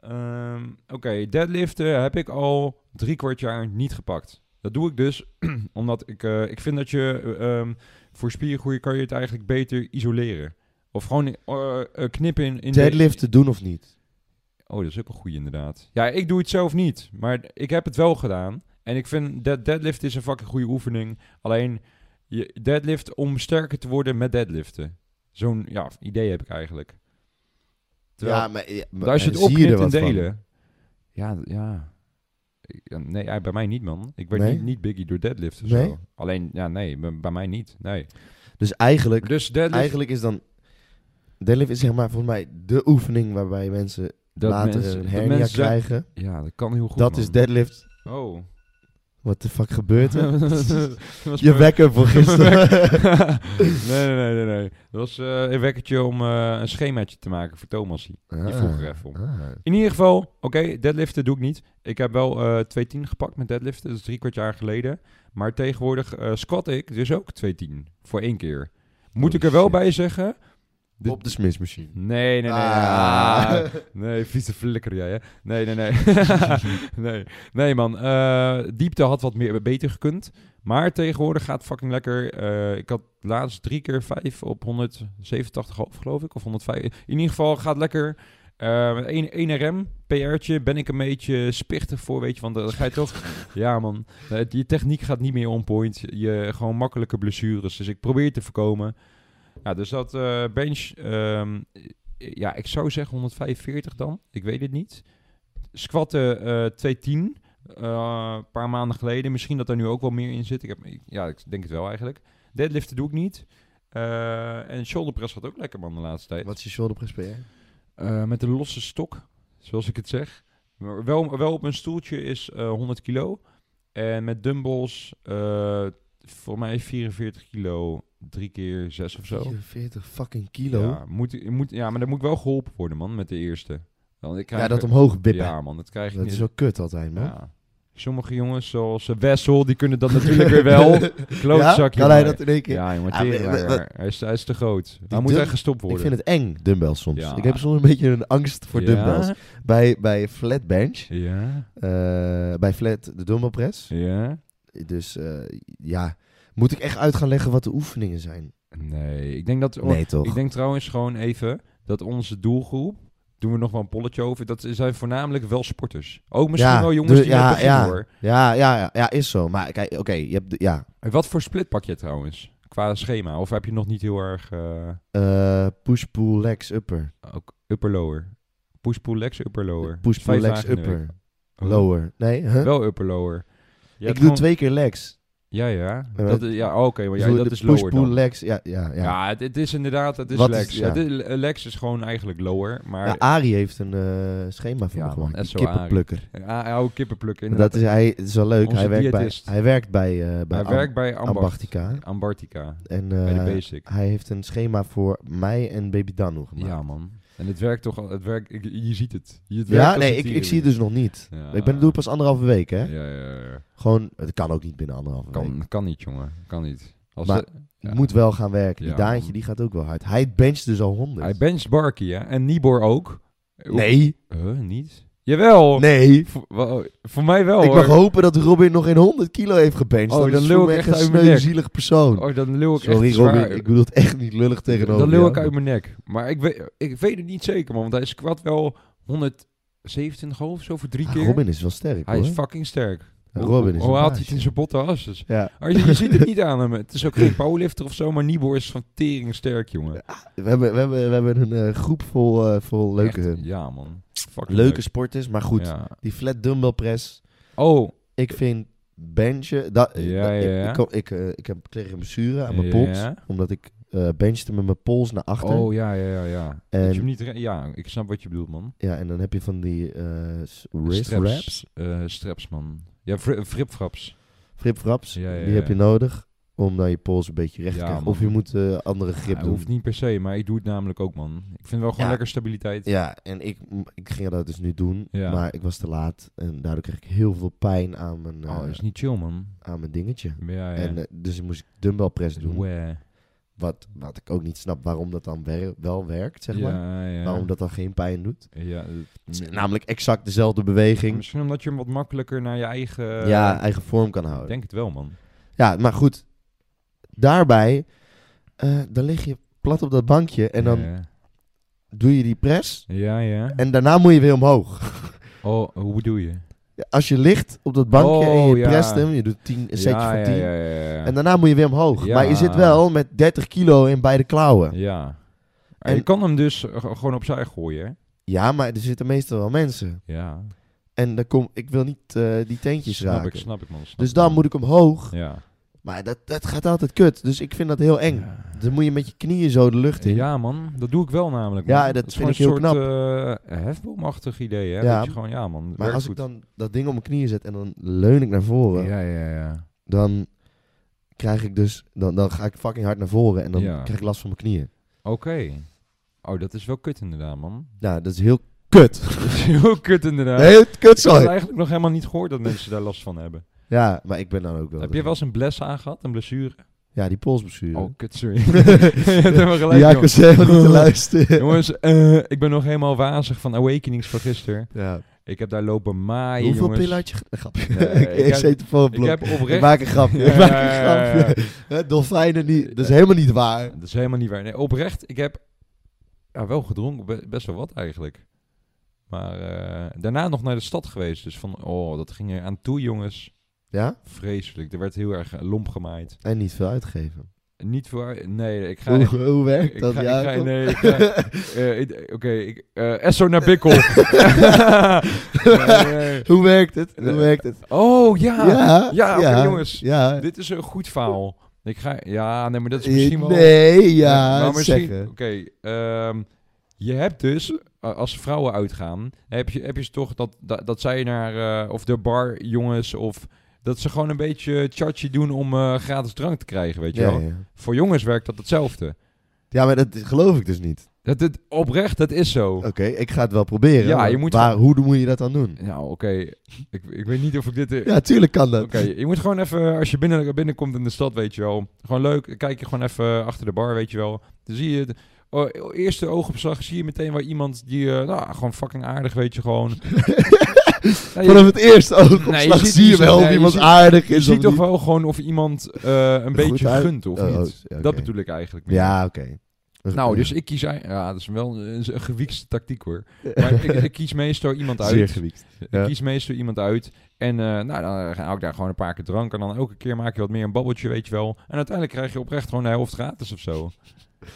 Ehm, Oké, deadliften heb ik al drie kwart jaar niet gepakt. Dat doe ik dus omdat ik, eh, ik vind dat je eh, ehm, voor spiergroei kan je het eigenlijk beter isoleren. Of gewoon eh, eh, knippen in, in de-
Deadliften doen of niet?
Oh, dat is ook een goeie inderdaad. Ja, ik doe het zelf niet, maar ik heb het wel gedaan. En ik vind dat deadlift is een fucking goede oefening. Alleen je deadlift om sterker te worden met deadliften. Zo'n ja, idee heb ik eigenlijk. Terwijl,
ja, maar, ja, maar-
als je
eh,
het
zie er
opknipt en
wat van?
delen. Ja, ja. Ik- ja, Nee, ja, bij mij niet, man. Ik ben
Nee?
niet, niet biggie door deadlift of
Nee?
zo. Alleen, ja, nee, bij bij mij niet. Nee.
Dus eigenlijk,
Dus deadlift,
eigenlijk is dan... Deadlift is zeg maar volgens mij de oefening waarbij mensen
dat
later
mensen-
een
dat
hernia
mensen-
krijgen.
Ja, dat kan heel goed,
dat
man.
is deadlift.
Oh.
Wat de fuck gebeurt er?
Was
je
mijn-
wekker voor gisteren.
nee, nee, nee, nee, nee. Dat was eh, een wekkertje om eh, een schemaatje te maken voor Thomas.
Ah,
vroeg er even om.
ah.
In ieder geval, oké, deadliften doe ik niet. Ik heb wel eh 210 gepakt met deadliften, dat is drie kwart jaar geleden. Maar tegenwoordig eh, squat ik dus ook 210 voor één keer. Moet
Holy
ik er wel
shit.
bij zeggen? De-
Op de smismachine.
Nee, nee, nee.
Ah.
Ah. Nee, vieze flikker jij, hè? Nee, nee, nee. nee. nee, man. eh, diepte had wat meer, beter gekund. Maar tegenwoordig gaat fucking lekker. Eh, ik had laatst drie keer vijf op 187,5 geloof ik. Of 105. In ieder geval gaat lekker. Eh 1 RM, PR'tje, ben ik een beetje spichtig voor, weet je. Want dan ga je toch... Ja, man. Eh, Je techniek gaat niet meer on point. Je gewoon makkelijke blessures. Dus ik probeer te voorkomen. Ja, dus dat eh, bench... ehm, ja, ik zou zeggen 145 dan. Ik weet het niet. Squatten eh 210. eh, een paar maanden geleden. Misschien dat er nu ook wel meer in zit. Ik heb, ik- ja, ik denk het wel eigenlijk. Deadliften doe ik niet. Eh, en shoulder press gaat ook lekker man de laatste tijd.
Wat is je shoulder press PR?
Eh, met een losse stok, zoals ik het zeg. Maar Wel, wel op een stoeltje is eh, 100 kilo. En met dumbbells, eh, voor mij 44 kilo, drie keer zes of zo.
44 fucking kilo. Ja,
Ja, moet, je moet, ja, maar dan moet ik wel geholpen worden, man, met de eerste. Want ik krijg
dat omhoog bippen.
Ja, man, dat krijg ik
dat
niet.
is wel kut altijd, man.
Ja. Sommige jongens, zoals eh, Wessel, die kunnen dat natuurlijk weer wel. Klootzak,
ja? Kan hij
jongen.
dat in één keer?
Ja, jongen,
Ah, maar-
tering,
maar-
hij, is, hij is te groot. Hij
Die
moet
dum-
echt gestopt worden.
Ik vind het eng, dumbbells soms.
Ja.
Ik heb soms een beetje een angst voor
ja?
dumbbells. Bij, bij flat bench,
Ja,
eh, bij flat de dumbbell press.
ja.
Dus eh, ja, moet ik echt uit gaan leggen wat de oefeningen zijn?
Nee, ik denk dat...
Nee, toch?
Oh, Ik denk trouwens gewoon even dat onze doelgroep, doen we nog wel een polletje over, dat zijn voornamelijk wel sporters. Ook misschien
Ja,
wel jongens
de-
die
ja,
net beginnen
ja.
hoor.
Ja, ja, ja, ja, is zo. Maar kijk, oké, je hebt de- ja,
En wat voor split pak je trouwens? Qua schema? Of heb je nog niet heel erg eh,
eh, push, pull, legs, upper.
ook upper-lower? Push-pull legs, upper-lower.
Push, pull,
Vijf
legs,
dagen in de week.
upper.
Oh,
Lower. Nee, huh?
Wel upper-lower.
ik doe twee keer legs.
Ja, ja.
maar
Dat, is- ja oké, maar
Dus
ja,
doe
dat
de
is
push,
lower
pull,
dan.
legs. Ja, ja, ja.
Ja, het, het is inderdaad, het is
Wat is-
legs.
ja.
Ja. dit- eh, legs is gewoon eigenlijk lower, maar...
Ja, Nou, Arie heeft een eh, schema voor
Ja,
me
man,
gemaakt. die
echt zo
kippenplukker.
Ah, oude kippenplukken,
Dat
inderdaad.
is, hij, het is wel leuk.
Onze
Hij werkt, bij,
diëtist.
hij werkt bij, eh bij
Hij
Am-
werkt bij Ambacht.
Ambachtica.
Ambartica.
En
Bij
eh,
de basic.
hij heeft een schema voor mij en baby Danu gemaakt.
Ja, man. En het werkt toch al. Het werkt, ik- je ziet het. Je- het
Ja,
werkt als
nee,
een
ik, ik
tering.
zie het dus nog niet.
Ja.
Ik ben het doe pas anderhalve week, hè?
Ja, ja, ja.
Gewoon, het kan ook niet binnen anderhalve week.
Kan, kan niet, jongen. Kan niet. Als
Maar-
de- ja.
Moet wel gaan werken. Die
Ja,
Daantje,
man.
die gaat ook wel hard. Hij bencht dus al 100.
hij bencht Barky, hè? En Nibor ook.
nee,
Huh, niet? Jawel.
nee.
Voor, wa- voor mij wel,
Ik
Oh, hoor.
mag hopen dat Robin nog geen 100 kilo heeft gebencht.
Oh,
dan
dan
is
lul
voor
ik
mij
echt
een
uit mijn nek.
sneuzielig persoon.
Oh, dan leeuw ik
Sorry
echt zwaar.
Robin, ik bedoel het echt niet lullig tegenover
Dan leeuw ik
jou.
uit mijn nek. Maar ik weet, ik weet het niet zeker, man. Want hij squat wel 127 of zo voor drie
Ah,
keer.
Robin is wel sterk,
hij
hoor.
is fucking sterk. Hoe-
Robin is
Hoe
een
haalt hij
baasje.
het in zijn botte as? Dus
Ja.
Maar je, je ziet het niet aan hem. Het is ook geen powerlifter of zo, maar Nibor is van tering sterk, jongen.
We hebben, we hebben, we hebben een eh, groep vol, eh, vol leuke,
Echt, ja, man. Fucking
leuke
leuk.
sporters. Maar goed,
Ja.
die flat dumbbell press.
Oh,
Ik vind benchen... Dat, eh,
Ja,
dat- ik-
ja.
Ik, kon- ik, eh, ik heb kreeg een blessure aan mijn
Ja.
pols. Omdat ik eh benchte met mijn pols naar achter.
oh ja, ja, ja. ja.
En-
Dat je hem niet re- ja, ik snap wat je bedoelt, man.
Ja, en dan heb je van die eh, s- wrist
Straps.
wraps.
Eh, straps, man. Ja, fri- fripfraps.
Grip wraps.
Ja, ja,
Die heb
ja.
je nodig om dan je pols een beetje recht te
Ja,
krijgen.
man.
Of je moet eh, andere grip
Ja,
doen.
hoeft niet per se, maar ik doe het namelijk ook, man. Ik vind wel gewoon
Ja.
lekker stabiliteit.
Ja, en ik, ik ging dat dus nu doen.
Ja.
Maar ik was te laat. En daardoor kreeg ik heel veel pijn aan mijn, eh,
Oh, is niet chill, man.
aan mijn dingetje.
Ja, ja.
En, eh, dus moest ik dumbbell press doen.
Wah.
Wat, wat ik ook niet snap waarom dat dan wer- wel werkt, zeg maar.
Ja, ja.
Waarom dat dan geen pijn doet.
Ja, eh, dat-
Het is namelijk exact dezelfde beweging.
Misschien omdat je hem wat makkelijker naar je eigen...
ja, eigen vorm kan houden.
Ik eh, denk het wel, man.
Ja, maar goed. Daarbij, eh, dan lig je plat op dat bankje en dan
Ja,
doe je die press.
ja. ja.
En daarna moet je weer omhoog.
Oh, hoe bedoel je?
Als je ligt op dat bankje en je
Oh, ja.
prest hem, je doet 10, een setje
ja,
van 10.
Ja, ja, ja, ja.
En daarna moet je weer omhoog.
Ja.
Maar je zit wel met 30 kilo in beide klauwen.
ja. En
En-
je kan hem dus eh, ge- gewoon opzij gooien, hè?
Ja, maar er zitten meestal wel mensen.
Ja.
En dan kom, ik wil niet eh, die teentjes
snap
raken.
ik, snap ik, man. snap
Dus
ik,
dan
man.
moet ik omhoog.
Ja.
Maar dat, dat gaat altijd kut. Dus ik vind dat heel eng. Dan moet je met je knieën zo de lucht in.
Ja, man. Dat doe ik wel namelijk,
Ja,
man.
dat
is
vind
gewoon
ik
een
heel
soort, eh, hefboomachtig idee, hè?
Ja.
Dat je gewoon, ja, man.
maar
werkt
als ik
goed.
dan Oh, dat ding op mijn knieën zet en dan leun ik naar voren,
Ja, ja, ja.
dan krijg ik dus, dan, dan ga ik fucking hard naar voren en dan
Ja.
krijg ik last van mijn knieën.
Oké. Oh, dat is wel kut inderdaad, man.
Nou, dat is heel kut.
Dat is heel kut inderdaad.
Heel kut
ik had
zo.
eigenlijk nog helemaal niet gehoord dat mensen daar last van hebben.
Ja, maar ik ben dan ook wel.
Heb je wel eens een bles aangehad? Een blessure?
Ja, die polsblessure.
Oh, kut, sorry. Je hebt helemaal gelijk,
ja, ik
joh.
was helemaal niet te luisteren.
Jongens, eh, ik ben nog helemaal wazig van Awakenings van gisteren.
Ja.
Ik heb daar lopen maaien,
Hoeveel
jongens.
pillen had je? ge- Een grapje.
Nee,
ik
ik
ik
heb-
zet de voor
Ik heb
Ik
oprecht...
maak een grapje.
Ja,
ik maak
ja,
een
ja,
grapje. Hè, Dolfijnen niet. Dat is helemaal niet waar.
Dat is helemaal niet waar. Nee, oprecht, ik heb ja, wel gedronken, be- best wel wat eigenlijk. Maar eh, daarna nog naar de stad geweest. Dus van, oh, dat ging er aan toe, jongens.
Ja?
Vreselijk. Er werd heel erg eh, lomp gemaaid.
En niet veel uitgeven.
Niet voor... Nee, ik ga...
Hoe, hoe werkt
ik
dat?
ga,
ja,
ik ga,
kom.
nee, ik ga- eh, ik- Oké, ik- eh, Esso naar Bikkel. nee, nee.
Hoe werkt het? Hoe
Nee.
werkt het?
Oh, ja.
ja,
ja, oké, jongens.
Ja.
Dit is een goed verhaal. Ik ga... Ja, Eh, nee, maar dat is misschien wel...
Eh, Nee, ja,
maar
het
misschien... Oké,
zeggen.
ehm, Je hebt dus, a- als vrouwen uitgaan, heb je, heb je ze toch dat, dat, dat zij naar, eh, of de bar jongens, of dat ze gewoon een beetje tjatje doen om eh, gratis drank te krijgen, weet je
Ja,
wel.
ja.
Voor jongens werkt dat hetzelfde.
ja, maar dat geloof ik dus niet.
Dat, dat, oprecht, dat is zo.
Oké, ik ga het wel proberen.
Ja,
maar
je moet
waar, hoe moet je dat dan doen?
Nou, oké. Ik, ik weet niet of ik dit... eh,
Ja, tuurlijk kan dat.
Oké, je moet gewoon even, als je binnen, binnenkomt in de stad, weet je wel. Gewoon leuk, kijk je gewoon even achter de bar, weet je wel. Dan zie je, het oh, eerste oogopslag, zie je meteen wel iemand die, eh, nou, gewoon fucking aardig, weet je gewoon. Nou, je-
Vanaf het eerste oogopslag
Nee, je ziet-
zie je
je
wel
ziet-
of
nee, je
iemand
ziet-
aardig
je
is
ziet
of
toch
niet.
wel gewoon of iemand eh, een
Goed
beetje
uit-
gunt of
Oh,
niet.
oh, ja,
Dat
oké.
bedoel ik eigenlijk. meer.
Ja, oké.
Nou, dus ik kies... ei- Ja, dat is wel een, een gewiekste tactiek hoor. Maar ik, ik kies meestal iemand uit.
Zeer gewiekt. Ja.
Ik kies meestal iemand uit. En eh, nou, dan hou ik daar gewoon een paar keer drank. En dan elke keer maak je wat meer een babbeltje, weet je wel. En uiteindelijk krijg je oprecht gewoon de helft gratis of zo.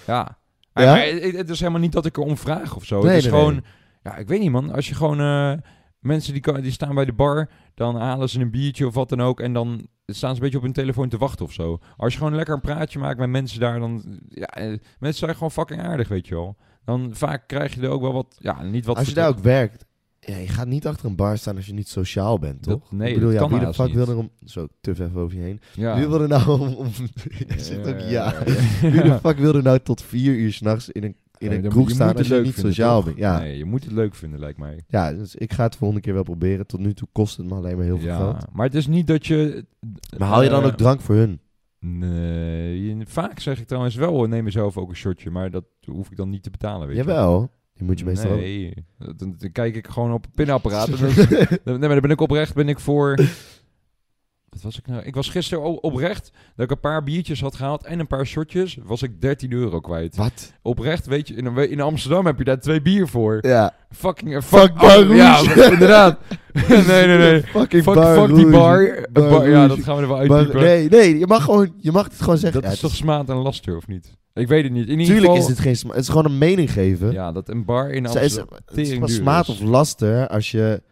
Ja. Maar-
Ja?
maar het, het is helemaal niet dat ik erom vraag of zo.
Nee,
het is
nee,
gewoon...
nee.
Ja, ik weet niet, man. Als je gewoon... eh, mensen die, ko- die staan bij de bar, dan halen ze een biertje of wat dan ook. En dan staan ze een beetje op hun telefoon te wachten of zo. Als je gewoon lekker een praatje maakt met mensen daar, dan... Ja, eh, mensen zijn gewoon fucking aardig, weet je wel. Dan vaak krijg je er ook wel wat... Ja, niet wat...
Als je
voor-
daar ook werkt, ja, je gaat niet achter een bar staan als je niet sociaal bent,
Dat-
toch?
nee,
ik bedoel,
dat
ja,
kan
wie de
haast
fuck
niet.
wil er om... Zo, tuf even over je heen.
Ja.
Wie wil er nou om... om je zegt ook ja. Wie de fuck wil er nou tot vier uur s'nachts in een, in
Nee,
een
dan-
kroeg
je
staan
moet
als
het
je
leuk
niet
vinden,
sociaal
toch?
bent? Ja,
Nee, je moet het leuk vinden, lijkt mij.
ja, dus ik ga het volgende keer wel proberen. Tot nu toe kost het me alleen maar heel veel geld.
Ja, maar het is niet dat je...
Maar haal je dan
eh,
ook drank voor hun?
Nee, je- vaak zeg ik trouwens wel, neem mezelf ook een shotje, maar dat hoef ik dan niet te betalen, weet je.
Jawel. Die moet je meestal ook...
Nee, dan, dan kijk ik gewoon op het pinapparaat. en dan- nee, maar dan ben ik oprecht, ben ik voor... Wat was ik nou? Ik was gisteren o- oprecht dat ik een paar biertjes had gehaald en een paar shotjes, was ik 13 euro kwijt.
Wat?
Oprecht, weet je, in, in Amsterdam heb je daar twee bier voor.
Ja.
Fucking...
Fuck Bar
oh, Ja,
Rouge.
inderdaad. nee, nee, nee.
Fucking
Fuck,
bar
fuck
Rouge.
die bar. Eh,
Bar
bar- ja,
Rouge.
dat gaan we er wel
Maar-
uitdiepen.
nee, nee, je mag, gewoon, je mag het gewoon zeggen.
dat
Ja,
is
het
toch smaad en laster, of niet? Ik weet het niet. In ieder
Tuurlijk
geval,
is dit geen sma- Het is gewoon een mening geven.
Ja, dat een bar in
Zij is-
Amsterdam...
het is
tering
pas
duur dus-
smaad
is.
of laster als je...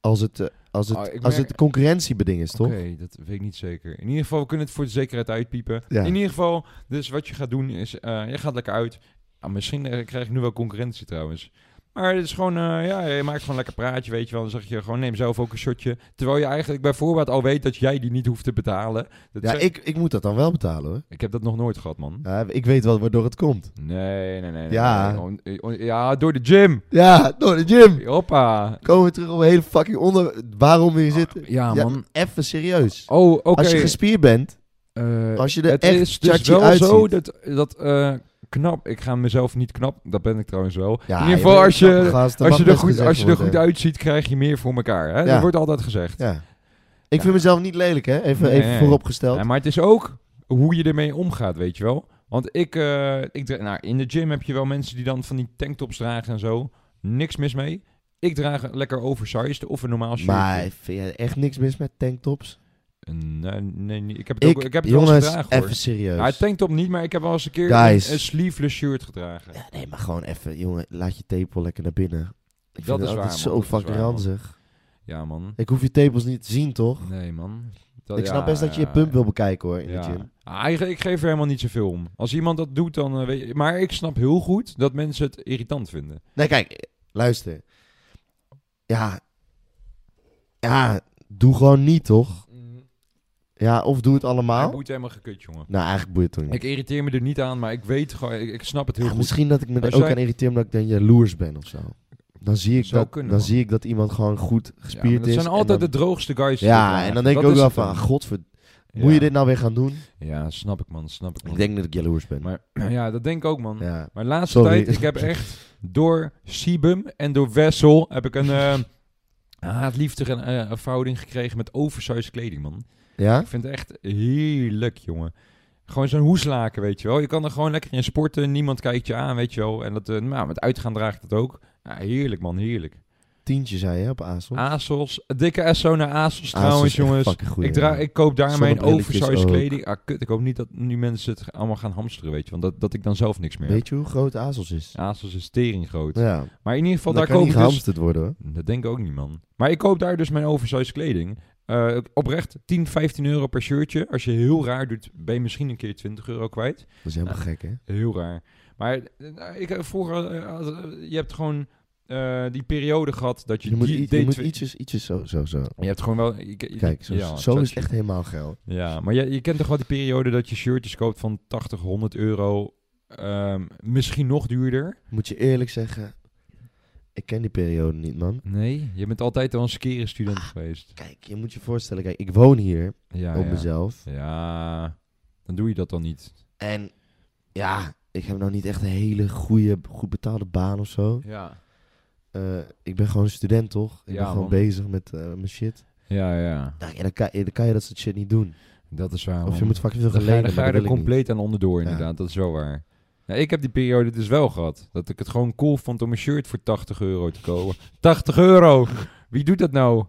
Als het, eh, als het,
Ah, ik
als
merk-
het concurrentiebeding is, toch?
Oké, dat weet ik niet zeker. In ieder geval, we kunnen het voor de zekerheid uitpiepen.
Ja.
In ieder geval, dus wat je gaat doen is... eh, je gaat lekker uit. Ah, misschien eh, krijg ik nu wel concurrentie trouwens. Maar het is gewoon... eh, ja, je maakt gewoon lekker praatje, weet je wel. Dan zeg je gewoon, neem zelf ook een shotje. Terwijl je eigenlijk bij voorbaat al weet dat jij die niet hoeft te betalen. Dat
Ja,
zeg-
ik, ik moet dat dan wel betalen, hoor.
ik heb dat nog nooit gehad, man.
Ja, ik weet wel waardoor het komt.
Nee, nee, nee. nee,
Ja.
nee. On- eh, on- ja, door de gym.
Ja, door de gym.
Hoppa.
Komen we terug op een hele fucking onder... Waarom we hier zitten.
Ah, Ja,
Ja,
man.
Even serieus.
Oh, oké.
Als je gespierd bent,
Eh,
als je er
het
echt
is dus
chachi
wel
uitziet.
zo dat, dat eh, knap... Ik ga mezelf niet knap, dat ben ik trouwens wel.
Ja,
In ieder geval, als
bent een
je,
knappe gast, dat
als
mag
je, er
best
goed,
gezegd
als je er goed
worden.
uitziet, krijg je meer voor elkaar. Hè?
Ja.
Dat wordt altijd gezegd.
Ja. Ik vind mezelf niet lelijk, hè? Even,
Nee,
even
nee.
vooropgesteld.
Ja, maar het is ook hoe je ermee omgaat, weet je wel. Want ik, eh, ik dra- nou, in de gym heb je wel mensen die dan van die tanktops dragen en zo. Niks mis mee. Ik draag een lekker oversized of een normaal shirt.
Maar vind je echt niks mis met tanktops?
Nee, nee, niet. ik heb het, ook,
Ik,
ik heb het wel eens
jongens,
gedragen hoor.
even serieus.
Ja, tanktop niet, maar ik heb wel eens een keer
Guys.
een, een sleeveless shirt gedragen.
Ja, nee, maar gewoon even, jongen, laat je tepel lekker naar binnen. Ik
Dat
vind het
is waar,
altijd
man,
zo
dat is
fucking
waar, man.
ranzig.
Ja, man.
Ik hoef je tepels niet te zien, toch?
Nee, man. Dat-
ik snap
ja,
best dat je je
ja,
pump
ja.
wil bekijken, hoor, in de
Ja.
gym.
Ah, Eigenlijk, ik geef er helemaal niet zoveel om. Als iemand dat doet, dan eh, weet je... Maar ik snap heel goed dat mensen het irritant vinden.
Nee, kijk, luister. Ja. Ja, doe gewoon niet, toch? Ja, of doe het
Hij
allemaal.
moet helemaal gekut, jongen.
Nou, eigenlijk boeit het toch niet.
Ik irriteer me er niet aan, maar ik weet gewoon... Ik, ik snap het heel
Ja,
goed.
misschien dat ik me
Als
er ook
jij-
aan irriteer omdat ik dan jaloers ben of zo. Dan zie ik,
Zou
dat,
kunnen,
dan
man.
zie ik dat iemand gewoon goed
Ja,
gespierd
maar
is.
dat zijn altijd
en
de droogste guys.
dan,
die dat
Ja,
dragen.
en dan denk
Dat
ik ook
is
wel
het
van,
dan.
godver,
Ja.
moet je dit nou weer gaan doen?
Ja, snap ik, man. Snap ik, man.
Ik denk dat ik jaloers ben.
Maar ja, dat denk ik ook, man.
ja.
Maar laatste
Sorry.
tijd, ik heb echt door Sibum en door Wessel heb ik een eh haatliefdige eh, verhouding gekregen met oversized kleding, man.
ja?
Ik vind het echt heerlijk, jongen. Gewoon zo'n hoeslaken, weet je wel. Je kan er gewoon lekker in sporten. Niemand kijkt je aan, weet je wel. En dat, eh, nou, met uitgaan draag ik dat ook. Ja, heerlijk, man. Heerlijk.
Tientje zei je op ASOS.
ASOS. Een dikke SO naar ASOS,
ASOS is
Ah, trouwens,
echt
jongens.
fucking goed,
ik,
ja.
draag, ik koop daar mijn
Zonnebrilletjes
oversized
ook.
kleding. Ah, kut. Ik hoop niet dat nu mensen het allemaal gaan hamsteren, weet je. Want dat, dat ik dan zelf niks meer heb.
Weet je hoe groot ASOS is?
ASOS is tering groot.
Ja.
Maar in ieder geval,
Dat
daar
kan
koop
niet
ik dus...
gehamsterd worden, hoor.
Dat denk ik ook niet, man. Maar ik koop daar dus mijn oversized kleding. Eh, oprecht 10, 15 euro per shirtje. Als je heel raar doet, ben je misschien een keer 20 euro kwijt.
Dat is helemaal gek, hè?
Heel raar. Maar eh, ik, eh, vroeger, eh, had- eh, je hebt gewoon eh, die periode gehad dat je,
Je moet,
die,
i-
deed
je moet
twee-
ietsjes, ietsjes zo, zo, zo.
je hebt gewoon wel... ik- ik-
Kijk, zo,
ja,
zo
dat-
is het echt helemaal geil.
Ja, maar je, je kent toch wel die periode dat je shirtjes koopt van 80, 100 euro. ehm, misschien nog duurder.
Moet je eerlijk zeggen, ik ken die periode niet, man.
Nee, je bent altijd al een skere student
Ah.
geweest.
Kijk, je moet je voorstellen, kijk, ik woon hier
Ja,
op
ja.
mezelf.
Ja, dan doe je dat dan niet.
En ja, ik heb nou niet echt een hele goede, goed betaalde baan of zo.
Ja.
Eh, ik ben gewoon een student, toch? Ik
Ja,
ben gewoon
man.
bezig met eh, mijn shit.
Ja, ja.
Nou, ja, dan, kan, dan kan je dat soort shit niet doen.
Dat is waar.
Of je
man.
moet fucking veel
dan ga je,
geleden
dan ga je er compleet aan onderdoor,
Ja.
inderdaad. Dat is wel waar. Ja, ik heb die periode dus wel gehad. Dat ik het gewoon cool vond om een shirt voor 80 euro te kopen. 80 euro! Wie doet dat nou?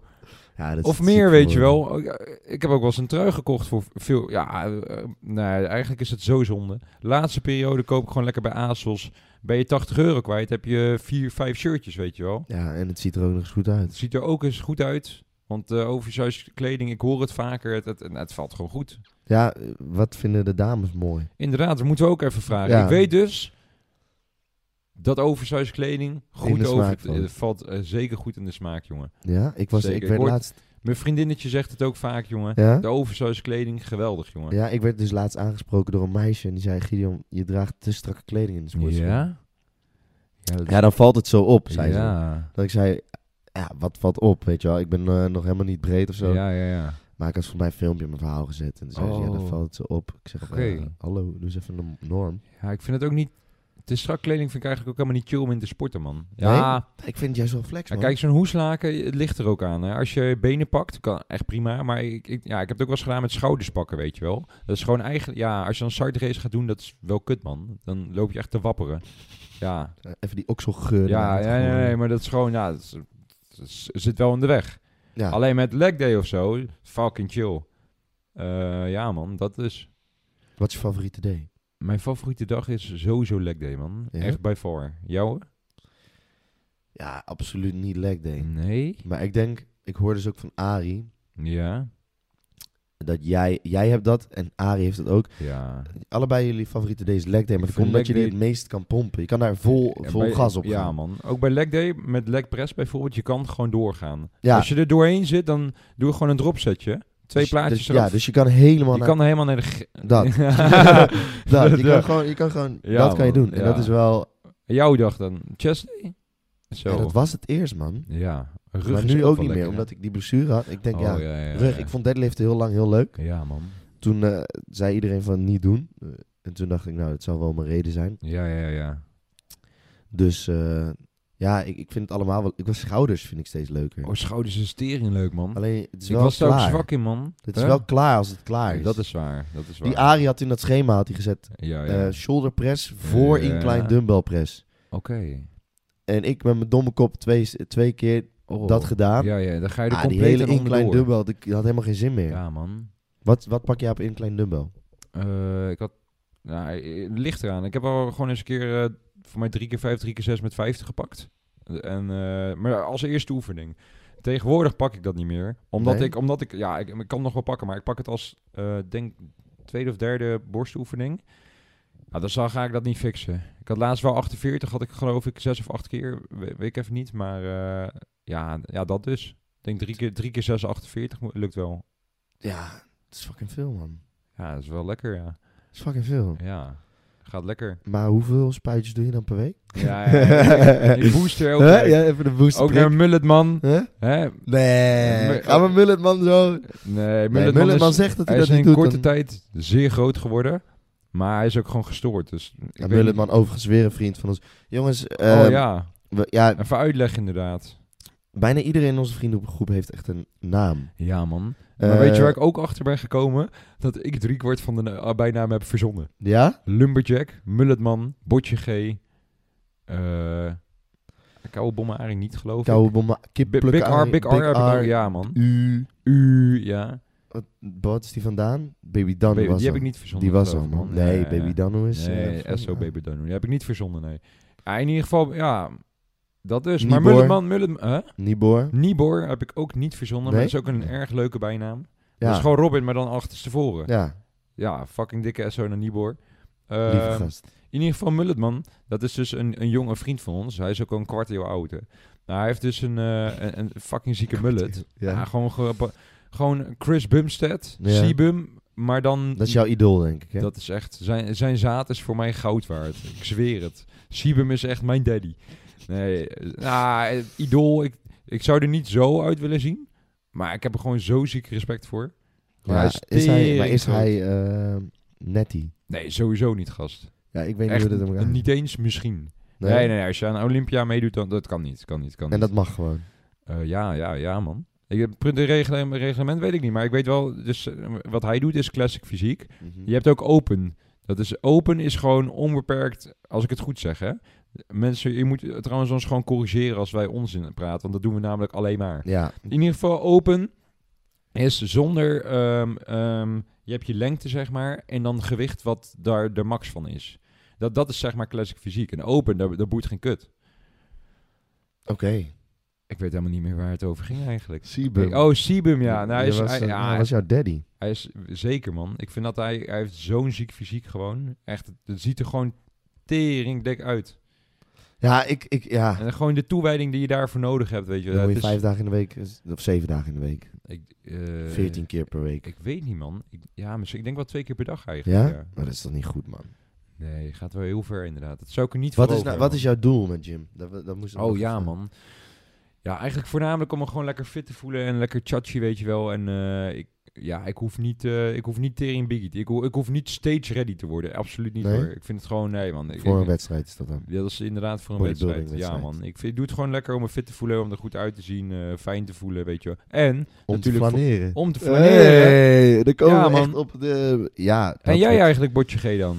Ja, dat is
Of
ziek
meer, weet je
geworden.
wel. Oh, ja, Ik heb ook wel eens een trui gekocht voor veel... Ja, eh, eh, nou, eigenlijk is het zo zonde. Laatste periode koop ik gewoon lekker bij ASOS. Ben je 80 euro kwijt, heb je vier, vijf shirtjes, weet je wel.
Ja, en het ziet er ook nog eens goed uit.
Het ziet er ook eens goed uit. Want eh oversized kleding, ik hoor het vaker. Het, het, het valt gewoon goed.
Ja, eh, wat vinden de dames mooi?
Inderdaad, dat moeten we ook even vragen.
Ja.
Ik weet dus dat oversized kleding
In de
goed
smaak
over
valt.
het valt eh, zeker goed in de smaak, jongen.
Ja, ik was,
Zeker.
ik
Ik
werd
hoor-
laatst...
Mijn vriendinnetje zegt het ook vaak, jongen.
Ja?
De oversized kleding, geweldig, jongen.
ja, ik werd dus laatst aangesproken door een meisje. En die zei, Gideon, je draagt te strakke kleding in de sportschool.
Ja? Ja, dat-
Ja, dan valt het zo op, zei ze.
ja.
Dat ik zei, ja, wat valt op, weet je wel. Ik ben eh, nog helemaal niet breed of zo.
Ja, ja, ja.
Maar ik had voor mij een filmpje in mijn verhaal gezet. En toen zei ze, ja, dan
Oh.
valt het zo op. Ik zeg,
Oké.
eh, hallo, doe eens even een norm.
Ja, ik vind het ook niet... Te strak kleding vind ik eigenlijk ook helemaal niet chill om in te sporten, man. Ja,
Ik vind het juist wel flex,
Ja,
man.
kijk, zo'n hoeslaken, het ligt er ook aan. Hè. Als je benen pakt, kan echt prima. Maar ik, ik, ja, ik heb het ook wel eens gedaan met schouders pakken, weet je wel. Dat is gewoon eigenlijk... Ja, als je een side race gaat doen, dat is wel kut, man. Dan loop je echt te wapperen. Ja,
Eh, Even die okselgeur.
ja,
eruit,
ja nee,
gewoon.
nee, maar dat is gewoon... Ja, dat, is- dat is- zit wel in de weg.
Ja.
Alleen met leg day of zo, fucking chill. Eh, ja, man, dat is...
Wat is je favoriete day?
Mijn favoriete dag is sowieso leg day, man.
Ja?
Echt by far. Jouwe?
Ja, absoluut niet leg day.
Nee.
Maar ik denk, ik hoor dus ook van Ari
Ja.
dat jij, jij hebt dat en Ari heeft dat ook.
Ja.
Allebei jullie favoriete day is leg day, maar
Ik
dat komt
vind
omdat je
leg
die het meest kan pompen. Je kan daar vol,
En
vol
bij-
gas op
Ja,
gaan.
man. Ook bij leg day, met leg press bijvoorbeeld, je kan gewoon doorgaan.
Ja,
Als je er doorheen zit, dan doe je gewoon een dropsetje. Twee
dus-
plaatjes
dus,
eraf.
Ja, dus je kan helemaal...
je
naar-
kan helemaal naar de... g-
Dat.
Ja.
dat, je,
Ja.
kan gewoon, je kan gewoon...
Ja,
dat kan je
man,
doen. En
ja.
dat is wel...
Jouw dag dan. Chest day? Zo.
Ja, dat was het eerst, man.
Ja. Rug
maar
is
nu ook
wel
niet meer,
lekker,
omdat
hè?
ik die blessure had. Ik denk,
Oh,
ja,
ja, ja,
rug.
ja.
Ik vond deadliften heel lang heel leuk.
Ja, man.
Toen eh, zei iedereen van niet doen. Eh, en toen dacht ik, nou, het zal wel mijn reden zijn.
Ja, ja, ja.
Dus eh, ja, ik, ik vind het allemaal wel... Ik was schouders, vind ik steeds leuker.
Oh, schouders is tering leuk, man.
Alleen, het is
ik
wel
was daar ook
klaar.
zwak in, man.
Het is
Hè?
wel klaar als het klaar is.
Ah, Dat is waar. Dat is waar. Oh,
Die Ari had in dat schema had hij gezet
Ja, ja.
eh, shoulder press voor
Ja.
incline dumbbell press.
Oké.
En ik met mijn domme kop twee, twee keer
Oh.
dat gedaan.
Ja, ja. Dan ga je er
Ah, die
compleet
hele
aan
incline
onderdoor.
dumbbell, ik had helemaal geen zin meer.
Ja, man.
Wat, wat pak jij op incline dumbbell?
Eh, ik had... Nou, eh, het ligt eraan. Ik heb al gewoon eens een keer... eh, voor mij drie keer vijf, drie keer zes met vijftig gepakt. En, eh, maar als eerste oefening. Tegenwoordig pak ik dat niet meer. Omdat
Nee?
ik... Omdat ik ja, ik, ik kan nog wel pakken. Maar ik pak het als, eh, denk, tweede of derde borstoefening. Nou, dan zal, ga ik dat niet fixen. Ik had laatst wel 48. Had ik geloof ik zes of acht keer. We- weet ik even niet. Maar eh, ja, ja, dat dus. Ik denk drie keer, drie keer zes, 48 mo- lukt wel.
Ja, het is fucking veel, man.
Ja, dat is wel lekker, ja.
Het is fucking veel.
Ja, gaat lekker.
Maar hoeveel spuitjes doe je dan per week?
Ja, ja, ja. Die booster ook.
Hè?
leuk.
Ja, even de booster.
ook naar Mulletman.
Hè?
Hè?
Nee,
Maar-
gaan we Mulletman zo... Nee,
Nee, Mulletman,
Mulletman,
is,
zegt dat hij,
hij is
dat
in
niet doet.
korte
dan-
tijd zeer groot geworden. Maar hij is ook gewoon gestoord. Dus ik
Ja,
weet
Mulletman overigens weer een vriend van ons. Jongens,
niet-
ehm,
oh ja,
we- ja,
even uitleg inderdaad.
bijna iedereen in onze vriendengroep heeft echt een naam.
Ja, man. Maar
Eh,
weet je waar ik ook achter ben gekomen? Dat ik driekwart van de na- bijnaam heb verzonnen.
Ja?
Lumberjack, Mulletman, Botje G. eh Koude Bommaring niet, geloof ik.
Koude bomma, kip
Bi- Big R, Big R heb ik ook- Ja, man.
U.
U, ja.
Wat, wat is die vandaan? Baby Dan
Baby-
was
die heb
hem.
ik niet verzonnen.
Die was
geloof
al,
ik,
man.
Ja,
Nee,
ja,
Baby
ja.
Dano is...
Nee,
eh,
SO
van-
Baby Danu. Die heb ik niet verzonnen, nee. Ah, in ieder geval, ja. Dat dus. Maar
Nibor.
Mulletman, Mulletman... hè?
Nibor.
Nibor heb ik ook niet verzonnen. Maar
Nee?
dat is ook een erg leuke bijnaam. Dat
Ja.
is gewoon Robin, maar dan achterstevoren. Ja,
ja.
ja fucking dikke SO naar Nibor.
Lieve
Ehm,
gast.
in ieder geval Mulletman, dat is dus een, een jonge vriend van ons. Hij is ook al een kwart eeuw oud. hè. Nou, hij heeft dus een, eh, een, een fucking zieke mullet. Ja.
Ja.
gewoon, ge- gewoon Chris Bumstead,
Ja.
Seabum, maar dan...
Dat is jouw idool, denk ik. Hè?
Dat is echt... Zijn, zijn zaad is voor mij goud waard. Ik zweer het. Seabum is echt mijn daddy. Nee, eh, nou, eh, idool... Ik, ik zou er niet zo uit willen zien. Maar ik heb er gewoon zo ziek respect voor.
Ja,
Hij
is hij, maar is
teringgroot.
hij eh, netty?
Nee, sowieso niet, gast.
Ja, ik weet
Echt
niet hoe dat hem gaat.
niet eens misschien. Nee. nee, nee, als je aan Olympia meedoet, dan dat kan niet. Kan niet, kan
En
niet.
dat mag gewoon.
Eh, ja, ja, ja, man. Ik heb het reglement, reglement weet ik niet, maar ik weet wel, dus eh, wat hij doet is classic fysiek.
Mhm.
Je hebt ook open. Dat is open is gewoon onbeperkt, als ik het goed zeg, hè. Mensen, je moet eh, trouwens ons gewoon corrigeren als wij onzin praten, want dat doen we namelijk alleen maar.
Ja,
In ieder geval open is zonder, ehm, ehm, je hebt je lengte zeg maar, en dan gewicht wat daar de max van is. Dat, dat is zeg maar classic fysiek. En open, daar, daar boeit geen kut.
oké.
Ik weet helemaal niet meer waar het over ging eigenlijk.
Siebum.
Oh, Sibum, ja. Nou, hij, is,
was,
hij,
eh,
ja,
hij was jouw daddy.
hij is zeker, man. Ik vind dat hij, hij heeft zo'n ziek fysiek gewoon. Echt, het ziet er gewoon tering dik uit.
Ja, ik, ik ja.
En gewoon de toewijding die je daarvoor nodig hebt, weet je.
Dan
Het
moet je
is-
vijf dagen in de week, of zeven dagen in de week.
ik, eh,
Veertien keer per week.
Ik weet niet, man. Ik, ja, misschien, ik denk wel twee keer per dag
Ja?
eigenlijk. Ja?
Maar dat is toch niet goed, man.
Nee, je gaat wel heel ver inderdaad. Dat zou ik er niet
Wat
voor
is, nou,
over
wat is jouw doel met Jim? Dat, we- dat moest
hebben. Oh ja, man. Ja, eigenlijk voornamelijk om me gewoon lekker fit te voelen en lekker chachi, weet je wel. En eh, ik, ja, ik hoef niet, eh, ik hoef niet tering biggie. Ik, ho- ik hoef niet stage ready te worden. Absoluut niet
Nee?
hoor. Ik vind het gewoon, nee man. Ik,
Voor een
ik-
wedstrijd is dat dan.
Ja, dat is inderdaad voor een
Bodybuilding
wedstrijd. Ja,
wedstrijd.
man. Ik, vind, ik doe het gewoon lekker om me fit te voelen, om er goed uit te zien, eh, fijn te voelen, weet je wel. En
Om te
Natuurlijk voor-
flaneren.
om te flaneren.
Hey, daar komen
Ja,
we
man.
echt op de... Ja, dat-
en jij eigenlijk, Botje G dan?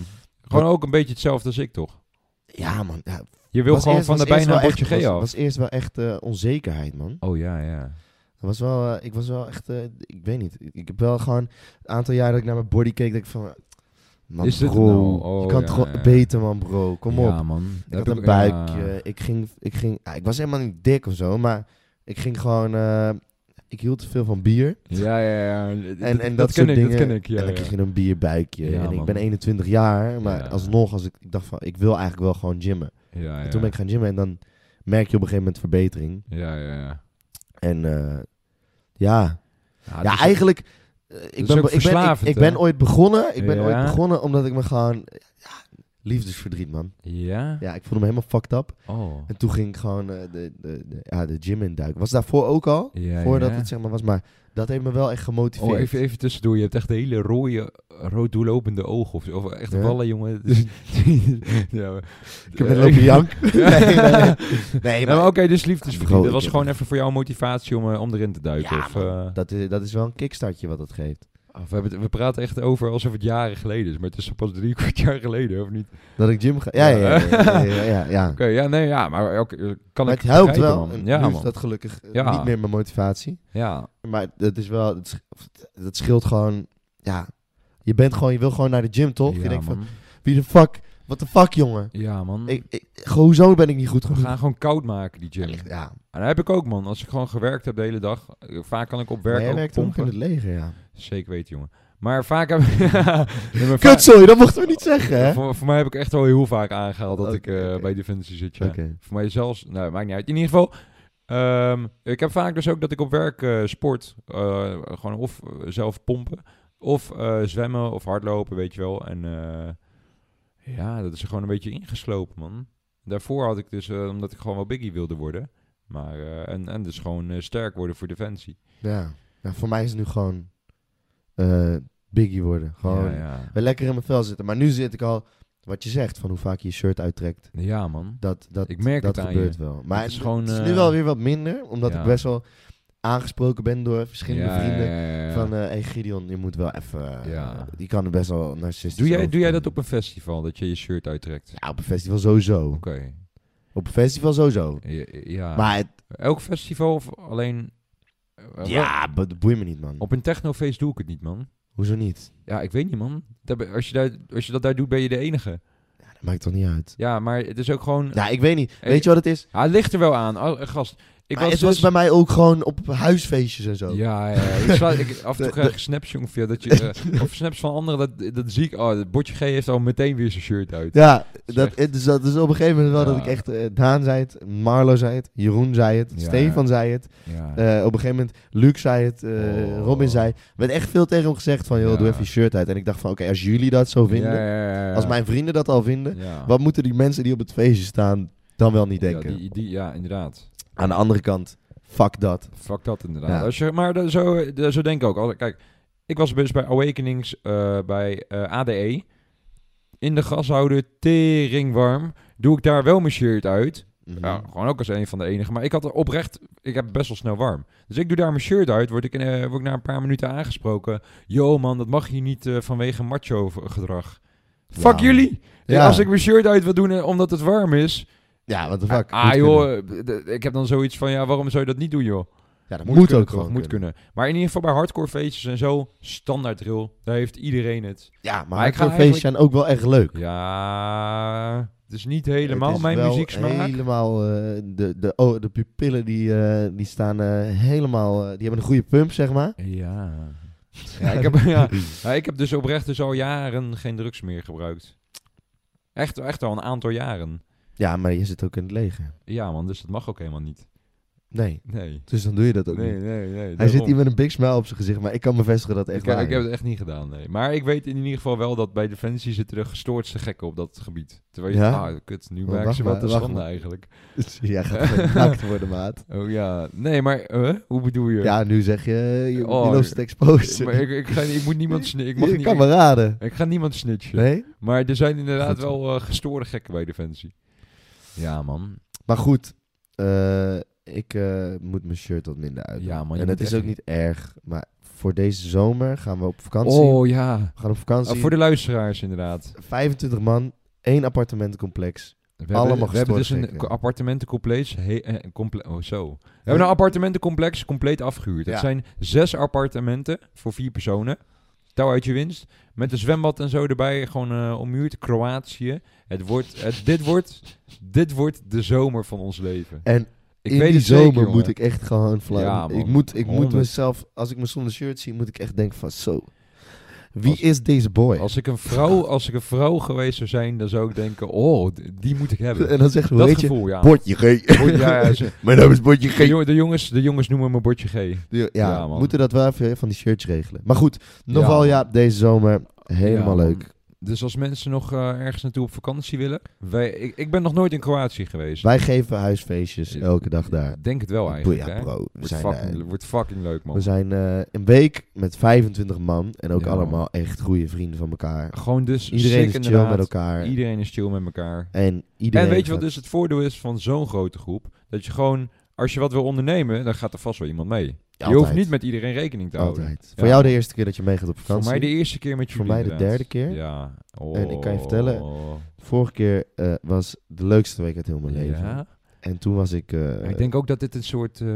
Gewoon ook een beetje hetzelfde als ik, toch?
Ja, man. Ja,
Je wil
was
gewoon
eerst-
van de
was eerst
bijna
wel
Botje
echt-
G
was-
af.
was eerst wel echt eh, onzekerheid, man.
Oh ja, ja.
Dat was wel, eh, ik was wel echt, eh, ik weet niet. Ik heb wel gewoon een aantal jaar dat ik naar mijn body keek, dat ik van, man
Is dit
bro,
nou? Oh,
je kan
ja,
het gewoon
ja.
beter man bro, kom
ja,
op.
man.
Ik
Heb
had een
ook-
buikje,
ja.
ik ging, ik ging, ah, ik was helemaal niet dik of zo, maar ik ging gewoon, eh, ik hield te veel van bier.
Ja, ja, ja. En,
en dat
ken
soort
ik,
dingen.
dat ken ik. Ja,
en dan
ja.
kreeg je een bierbuikje.
Ja,
en ik
man.
ben 21 jaar, maar
Ja.
alsnog, als ik, ik dacht van, ik wil eigenlijk wel gewoon gymmen.
Ja, ja.
En toen ben ik gaan gymmen en dan merk je op een gegeven moment verbetering.
Ja, ja, ja.
En eh, ja,
Ah, dat
ja,
is-
eigenlijk. eh, Ik ben,
is ook
be- ik, ben, ik,
verslavend,
ik ben
hè?
ooit begonnen. Ik ben ooit
Ja.
begonnen omdat ik me gewoon. Ja, liefdesverdriet, man.
Ja?
Ja, ik voelde me helemaal fucked up.
Oh.
En toen ging ik gewoon eh, de, de, de, ja, de gym induiken. Was daarvoor ook al.
Ja,
voordat
ja.
het zeg maar was. Maar dat heeft me wel echt gemotiveerd.
Oh, even, even tussendoor. Je hebt echt hele rode, rood doorlopende ogen. Of, of echt
Ja.
wallen, jongen. Dus- ja, maar-
Ik heb een lopen jank. nee, Eh, nee, nee. Nee,
Nee, maar
maar
oké, dus liefdesverdriet.
Bro,
Dat
ik
was
heb-
gewoon even voor jou motivatie om, eh, om erin te duiken.
Ja,
of,
man.
eh,
dat is, dat is wel een kickstartje wat dat geeft.
of we, hebben het- we praten echt over alsof het jaren geleden is. Maar het is pas drie kwart jaar geleden, of niet? Oké,
Dat ik gym ga. Ja, ja, ja. ja, ja, ja, ja.
ja, nee, ja. Maar oké, kan
Maar
ik
het helpt
begrijpen,
wel.
man.
En
Ja,
nu is
man.
dat gelukkig eh,
Ja.
niet meer mijn motivatie.
Ja,
Maar dat is wel, dat, sch- dat scheelt gewoon, ja. Je bent gewoon, je wil gewoon naar de gym, toch? je
Ja,
denkt van,
man.
wie de fuck, wat de fuck, jongen?
Ja, man.
Ik, ik, gewoon zo ben ik niet goed
We
genoeg.
gaan gewoon koud maken, die gym. En
Ja,
dat heb ik ook, man. Als ik gewoon gewerkt heb de hele dag. eh, Vaak kan ik op
maar
werk
jij
ook
werkt ook
pompen.
in het leger, ja.
Zeker weten, jongen. Maar vaak heb ik... Nee, maar
Kut,
vaak-
sorry, dat mochten we niet zeggen, hè?
voor, voor mij heb ik echt wel heel vaak aangehaald dat
Oké,
ik eh,
eh, oké.
bij Defensie zit, ja.
Oké.
Voor mij zelfs... Nou, maakt niet uit. In ieder geval... ehm, ik heb vaak dus ook dat ik op werk eh, sport. eh, gewoon of eh, zelf pompen. Of eh, zwemmen of hardlopen, weet je wel. En eh, ja, dat is er gewoon een beetje ingeslopen, man. Daarvoor had ik dus... eh, omdat ik gewoon wel biggie wilde worden. Maar... eh, en, en dus gewoon eh, sterk worden voor Defensie.
Ja. ja, voor mij is het nu gewoon eh, biggie worden. Gewoon
Ja, ja.
weer lekker in mijn vel zitten. Maar nu zit ik al, wat je zegt, van hoe vaak je je shirt uittrekt.
Ja, man.
Dat, dat,
Ik merk
dat
het aan je.
gebeurt wel. Maar het
Het is
is,
gewoon,
nu
eh,
wel weer wat minder, omdat
ja.
ik best wel aangesproken ben door verschillende
Ja,
vrienden.
ja, ja, ja.
Van, eh hey Gideon, je moet wel even... eh,
Ja.
Die kan er best wel narcistisch
doe, jij,
over
doe jij dat
komen.
op een festival, dat je je shirt uittrekt?
Ja, op een festival sowieso.
Oké.
Op een festival sowieso.
Ja, Ja.
Maar het,
Elk festival of alleen... eh, wel-
ja, bo- dat boeit me niet, man.
Op een technofeest doe ik het niet, man.
Hoezo niet?
Ja, ik weet niet, man. Daar ben- Als je, daar, als je dat daar doet, ben je de enige.
Ja, dat maakt toch niet uit?
Ja, maar het is ook gewoon... Ah,
Ja, ik weet niet.
Hey.
Weet je wat het is?
Ja, het ligt er wel aan. Al- eh, gast, Ik
Maar
was
het was
dus-
bij mij ook gewoon op huisfeestjes en zo.
Ja, ja, ja. Ik sla- ik, af en toe
De-
krijg ik snaps, jongen, via dat je, eh, of snaps van anderen, dat, dat zie ik, oh, dat botje G heeft al meteen weer zijn shirt uit.
Ja,
is
dat, dus, dat is op een gegeven moment wel dat
Ja.
ik echt... eh, Daan zei het, Marlo zei het, Jeroen zei het,
Ja.
Stefan zei het.
Ja.
eh, op een gegeven moment, Luc zei het, eh,
Oh.
Robin zei... Er werd echt veel tegen hem gezegd van, joh,
Ja.
doe even je shirt uit. En ik dacht van, oké, als jullie dat zo vinden,
Ja, ja, ja, ja.
als mijn vrienden dat al vinden...
Ja.
Wat moeten die mensen die op het feestje staan dan wel niet denken?
Ja, die, die- ja, inderdaad.
Aan de andere kant, fuck dat.
Fuck dat inderdaad.
Ja.
Als je, maar da- zo, da- zo denk ik ook. Als- Kijk, ik was dus bij Awakenings eh, bij eh, ADE. In de gashouder, tering warm. Doe ik daar wel mijn shirt uit. Ja,
Mhm.
gewoon ook als een van de enige. Maar ik had er oprecht, ik heb best wel snel warm. Dus ik doe daar mijn shirt uit. Word ik, eh, word ik na een paar minuten aangesproken. Yo man, dat mag hier niet eh, vanwege macho v- gedrag. Fuck
Ja.
jullie!
Nou. Ja.
Als ik mijn shirt uit wil doen eh, omdat het warm is,
Ja, wat de fuck.
Ah,
Moet kunnen.
joh, d- d- ik heb dan zoiets van, ja, waarom zou je dat niet doen, joh?
Ja, dat moet,
kunnen,
ook
toch?
gewoon
Moet kunnen. Maar in ieder geval bij hardcore feestjes en zo, standaard drill, daar heeft iedereen het.
Ja, maar
Maar ik ga
hardcore feestjes zijn ook wel echt leuk.
Ja, het is niet helemaal
Het is
mijn
wel
muzieksmaak.
Helemaal, eh, de, de, oh, de pupillen die, eh, die staan eh, helemaal, eh, die hebben een goede pump, zeg maar.
Ja. Ja, ik heb, ja, ja, ik heb dus oprecht dus al jaren geen drugs meer gebruikt. Echt, echt al een aantal jaren.
Ja, maar je zit ook in het leger.
Ja, man, dus dat mag ook helemaal niet.
Nee,
Nee.
dus dan doe je dat ook
Nee,
niet.
nee, nee.
Hij zit
daarom.
hier met een big smile op zijn gezicht, maar ik kan bevestigen dat het echt
Ik, heb-
waar
ik heb
is.
het echt niet gedaan, nee. Maar ik weet in ieder geval wel dat bij Defensie zitten de gestoordste gekken op dat gebied. Terwijl je
Ja?
denkt, ah, kut, nu
Oh,
maken
wacht
ze wat
maar,
te
wacht
schande
maar.
eigenlijk.
Dus Jij gaat geknakt worden, maat.
Oh ja, nee, maar eh, hoe bedoel je?
Ja, nu zeg je, je,
Oh,
je loopt het exposed.
maar ik, ik, ga, ik moet niemand snitchen. Ik, mag
Je
niet,
kan me raden.
ik ga niemand snitchen.
Nee?
Maar er zijn inderdaad
Goed.
wel eh, gestoorde gekken bij Defensie. Ja, man.
Maar goed, eh, ik eh, moet mijn shirt wat minder uit.
Ja, man, je
en het
moet
is
echt
ook niet erg, maar voor deze zomer gaan we op vakantie.
Oh ja.
We gaan op
Oh,
vakantie.
voor de luisteraars inderdaad.
25 man, één appartementencomplex.
We
Allemaal
hebben, we hebben dus
gestoord
een
gekken.
co- appartementencomplex. he- eh, comple- oh, zo. We hebben een appartementencomplex compleet afgehuurd. Dat
Ja.
zijn zes appartementen voor vier personen. Touw uit je winst. Met een zwembad en zo erbij. Gewoon eh, ommuurd. Kroatië. Het wordt, het, dit, wordt, dit wordt de zomer van ons leven.
En
ik
in
weet
die
het zeker,
zomer
jongen.
moet ik echt gewoon flauw.
Ja, man.
ik moet, ik moet
Honderd.
mezelf, als ik me zonder shirt zie, moet ik echt denken van zo. Wie
Als-
is deze boy?
Als ik, een vrouw, als ik een vrouw geweest zou zijn, dan zou ik denken... Oh, d- die moet ik hebben.
en dan zegt hij,
dat
weet
gevoel, ja.
je, Botje G.
Bord- ja, ja, ze-
Mijn naam is Botje
de,
G.
jo- de jongens, de jongens noemen me Bordje G.
Ja,
Ja,
we
man.
moeten dat wel even van die shirts regelen. Maar goed, nogal
man.
ja, deze zomer helemaal
Ja, man.
leuk.
Dus als mensen nog eh, ergens naartoe op vakantie willen. Wij, ik, ik ben nog nooit in Kroatië geweest.
Wij geven huisfeestjes
Ja,
elke dag daar.
Ik Denk het wel
Boe-
Oh, eigenlijk.
Ja,
hè?
bro. We
Wordt,
zijn,
fucking,
eh,
wordt fucking leuk, man.
we zijn eh, een week met 25 man en ook
Ja,
allemaal echt goede vrienden van elkaar.
Gewoon dus
Iedereen
sick
is chill
inderdaad.
met elkaar.
Iedereen is chill met elkaar.
En iedereen.
en weet je wat
gaat-
dus het voordeel is van zo'n grote groep? Dat je gewoon, als je wat wil ondernemen, dan gaat er vast wel iemand mee. Je
Altijd.
hoeft niet met iedereen rekening te houden.
Altijd.
Ja.
Voor jou de eerste keer dat je meegaat op
Voor
vakantie.
mij de eerste keer met
Voor
jullie
mij de
inderdaad.
derde keer.
Ja.
En ik kan je
Oh.
vertellen, Vorige keer eh, was de leukste week uit heel mijn leven.
Ja?
En toen was ik. eh,
Maar ik denk ook dat dit een soort... eh,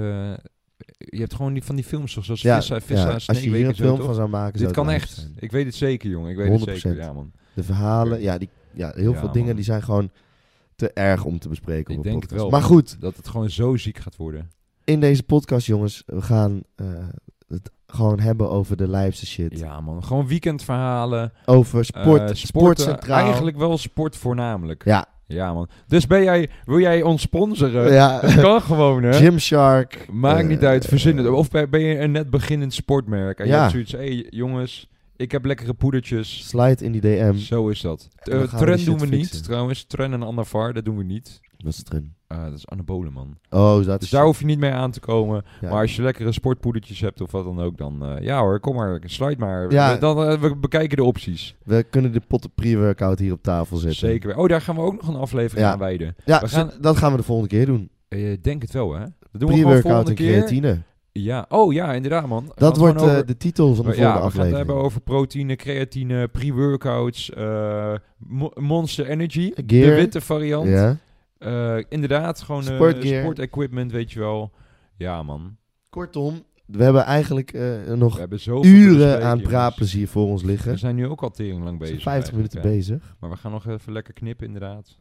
je hebt gewoon die, van die films toch, zoals
ja,
Vissa,
ja,
Vissa,
als je hier een film van zou maken, zou
Dit
het
kan
live
echt.
zijn.
Ik weet het zeker, jongen. Ik weet het zeker.
100%.
Ja, man.
De verhalen, ja, die, ja heel
Ja,
veel dingen
man.
die zijn gewoon te erg om te bespreken
Ik
op een
denk het
podcast.
wel.
Maar goed,
Dat het gewoon zo ziek gaat worden.
in deze podcast, jongens, we gaan eh, het gewoon hebben over de lijpste shit.
Ja, man. Gewoon weekendverhalen.
Over
eh,
sport,
sporten.
sportcentraal.
Eigenlijk wel sport voornamelijk. Ja,
Ja,
man. Dus ben jij, wil jij ons sponsoren?
ja.
Eh, Dat kan gewoon, hè?
Gymshark.
Maakt
eh,
niet uit. Verzin het.
eh,
Of ben ben je een net beginnend sportmerk? En
Ja.
je hebt zoiets. hey, jongens. Ik heb lekkere poedertjes.
Slide in die DM.
Zo is dat.
Ehm, En dan
Eh,
gaan we die
Tren doen we
shit
niet,
fixen.
trouwens. Tren en Anavar, dat doen we niet.
Wat is het erin?
Eh, dat is anabolen, man.
Oh, dat
Dus
is...
daar hoef je niet mee aan te komen.
ja.
Maar als je lekkere sportpoedertjes hebt of wat dan ook, dan eh, ja hoor, kom maar, sluit maar.
Ja.
We- Dan, eh, we bekijken de opties.
We kunnen de potten pre-workout hier op tafel zetten.
Zeker. Oh, daar gaan we ook nog een aflevering
Ja.
aan wijden.
Ja,
We
z-
gaan-
dat gaan we de volgende keer doen.
Eh, denk het wel, hè? Dat doen we gewoon
Pre-workout
volgende
en
keer.
creatine.
Ja. Oh ja, inderdaad man. We gaan
Dat
het
wordt
gewoon
eh,
over-
de titel van de
ja, we
volgende
gaan het
aflevering.
hebben over proteïne, creatine, pre-workouts, eh, mo- Monster Energy, de
Gear.
witte variant.
Eh, Ja.
Eh, inderdaad, gewoon eh,
Sportgear.
sportequipment, weet je wel. Ja man,
Kortom, we hebben eigenlijk eh, nog
we hebben zoveel te
uren
bespreken,
aan
dus jongens.
praatplezier voor ons liggen.
We
We
zijn nu ook al tering lang bezig.
zijn 50
eigenlijk,
minuten
hè.
bezig.
Maar we gaan nog even lekker knippen, inderdaad.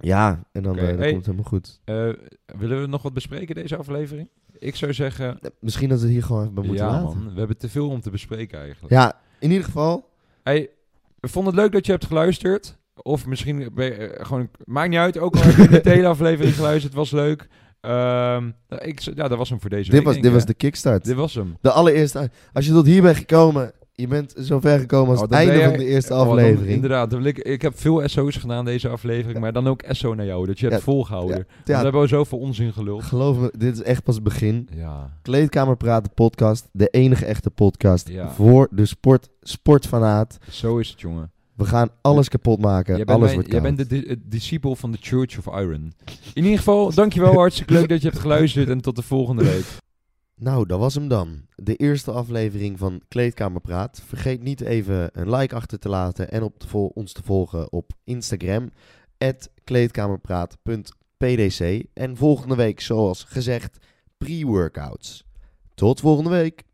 Ja, en dan,
Oké,
eh, dan
hey.
komt het helemaal goed.
Eh, willen we nog wat bespreken deze aflevering? Ik zou zeggen,
Eh, Misschien dat we het hier gewoon even bij moeten
ja
laten.
man, we hebben te veel om te bespreken eigenlijk.
Ja, in ieder geval,
Hey, we vonden het leuk dat je hebt geluisterd. Of misschien ben je, eh, gewoon, maakt niet uit, ook al heb je niet de hele aflevering geluisterd, was leuk. Ehm, nou, ik, z- ja, dat was hem voor deze
dit
week,
was,
denk
dit
ik,
was
hè?
de kickstart.
Dit was hem.
De allereerste. Als je tot hier bent gekomen, je bent zo ver gekomen als
Oh,
het
dan ben
einde
jij-
van de eerste
oh, dan-
aflevering.
inderdaad, dan wil ik, ik heb veel SO's gedaan deze aflevering,
Ja.
maar dan ook SO naar jou, dat je hebt
Ja,
volgehouden.
ja,
We hebben al zoveel onzin geluld.
geloof me, dit is echt pas het begin.
Ja,
Kleedkamer Praten podcast, de enige echte podcast
Ja.
voor de sport, sportfanaat.
zo is het, jongen.
We gaan alles kapot maken,
jij bent,
alles
mijn-
wordt
jij
koud.
bent de, di- eh, discipel van de Church of Iron. In ieder geval, dankjewel, hartstikke leuk dat je hebt geluisterd en tot de volgende week.
Nou, dat was hem dan. De eerste aflevering van Kleedkamer Praat. Vergeet niet even een like achter te laten en op te vol- ons te volgen op Instagram. kleedkamerpraat.pdc. En volgende week, zoals gezegd, pre-workouts. Tot volgende week.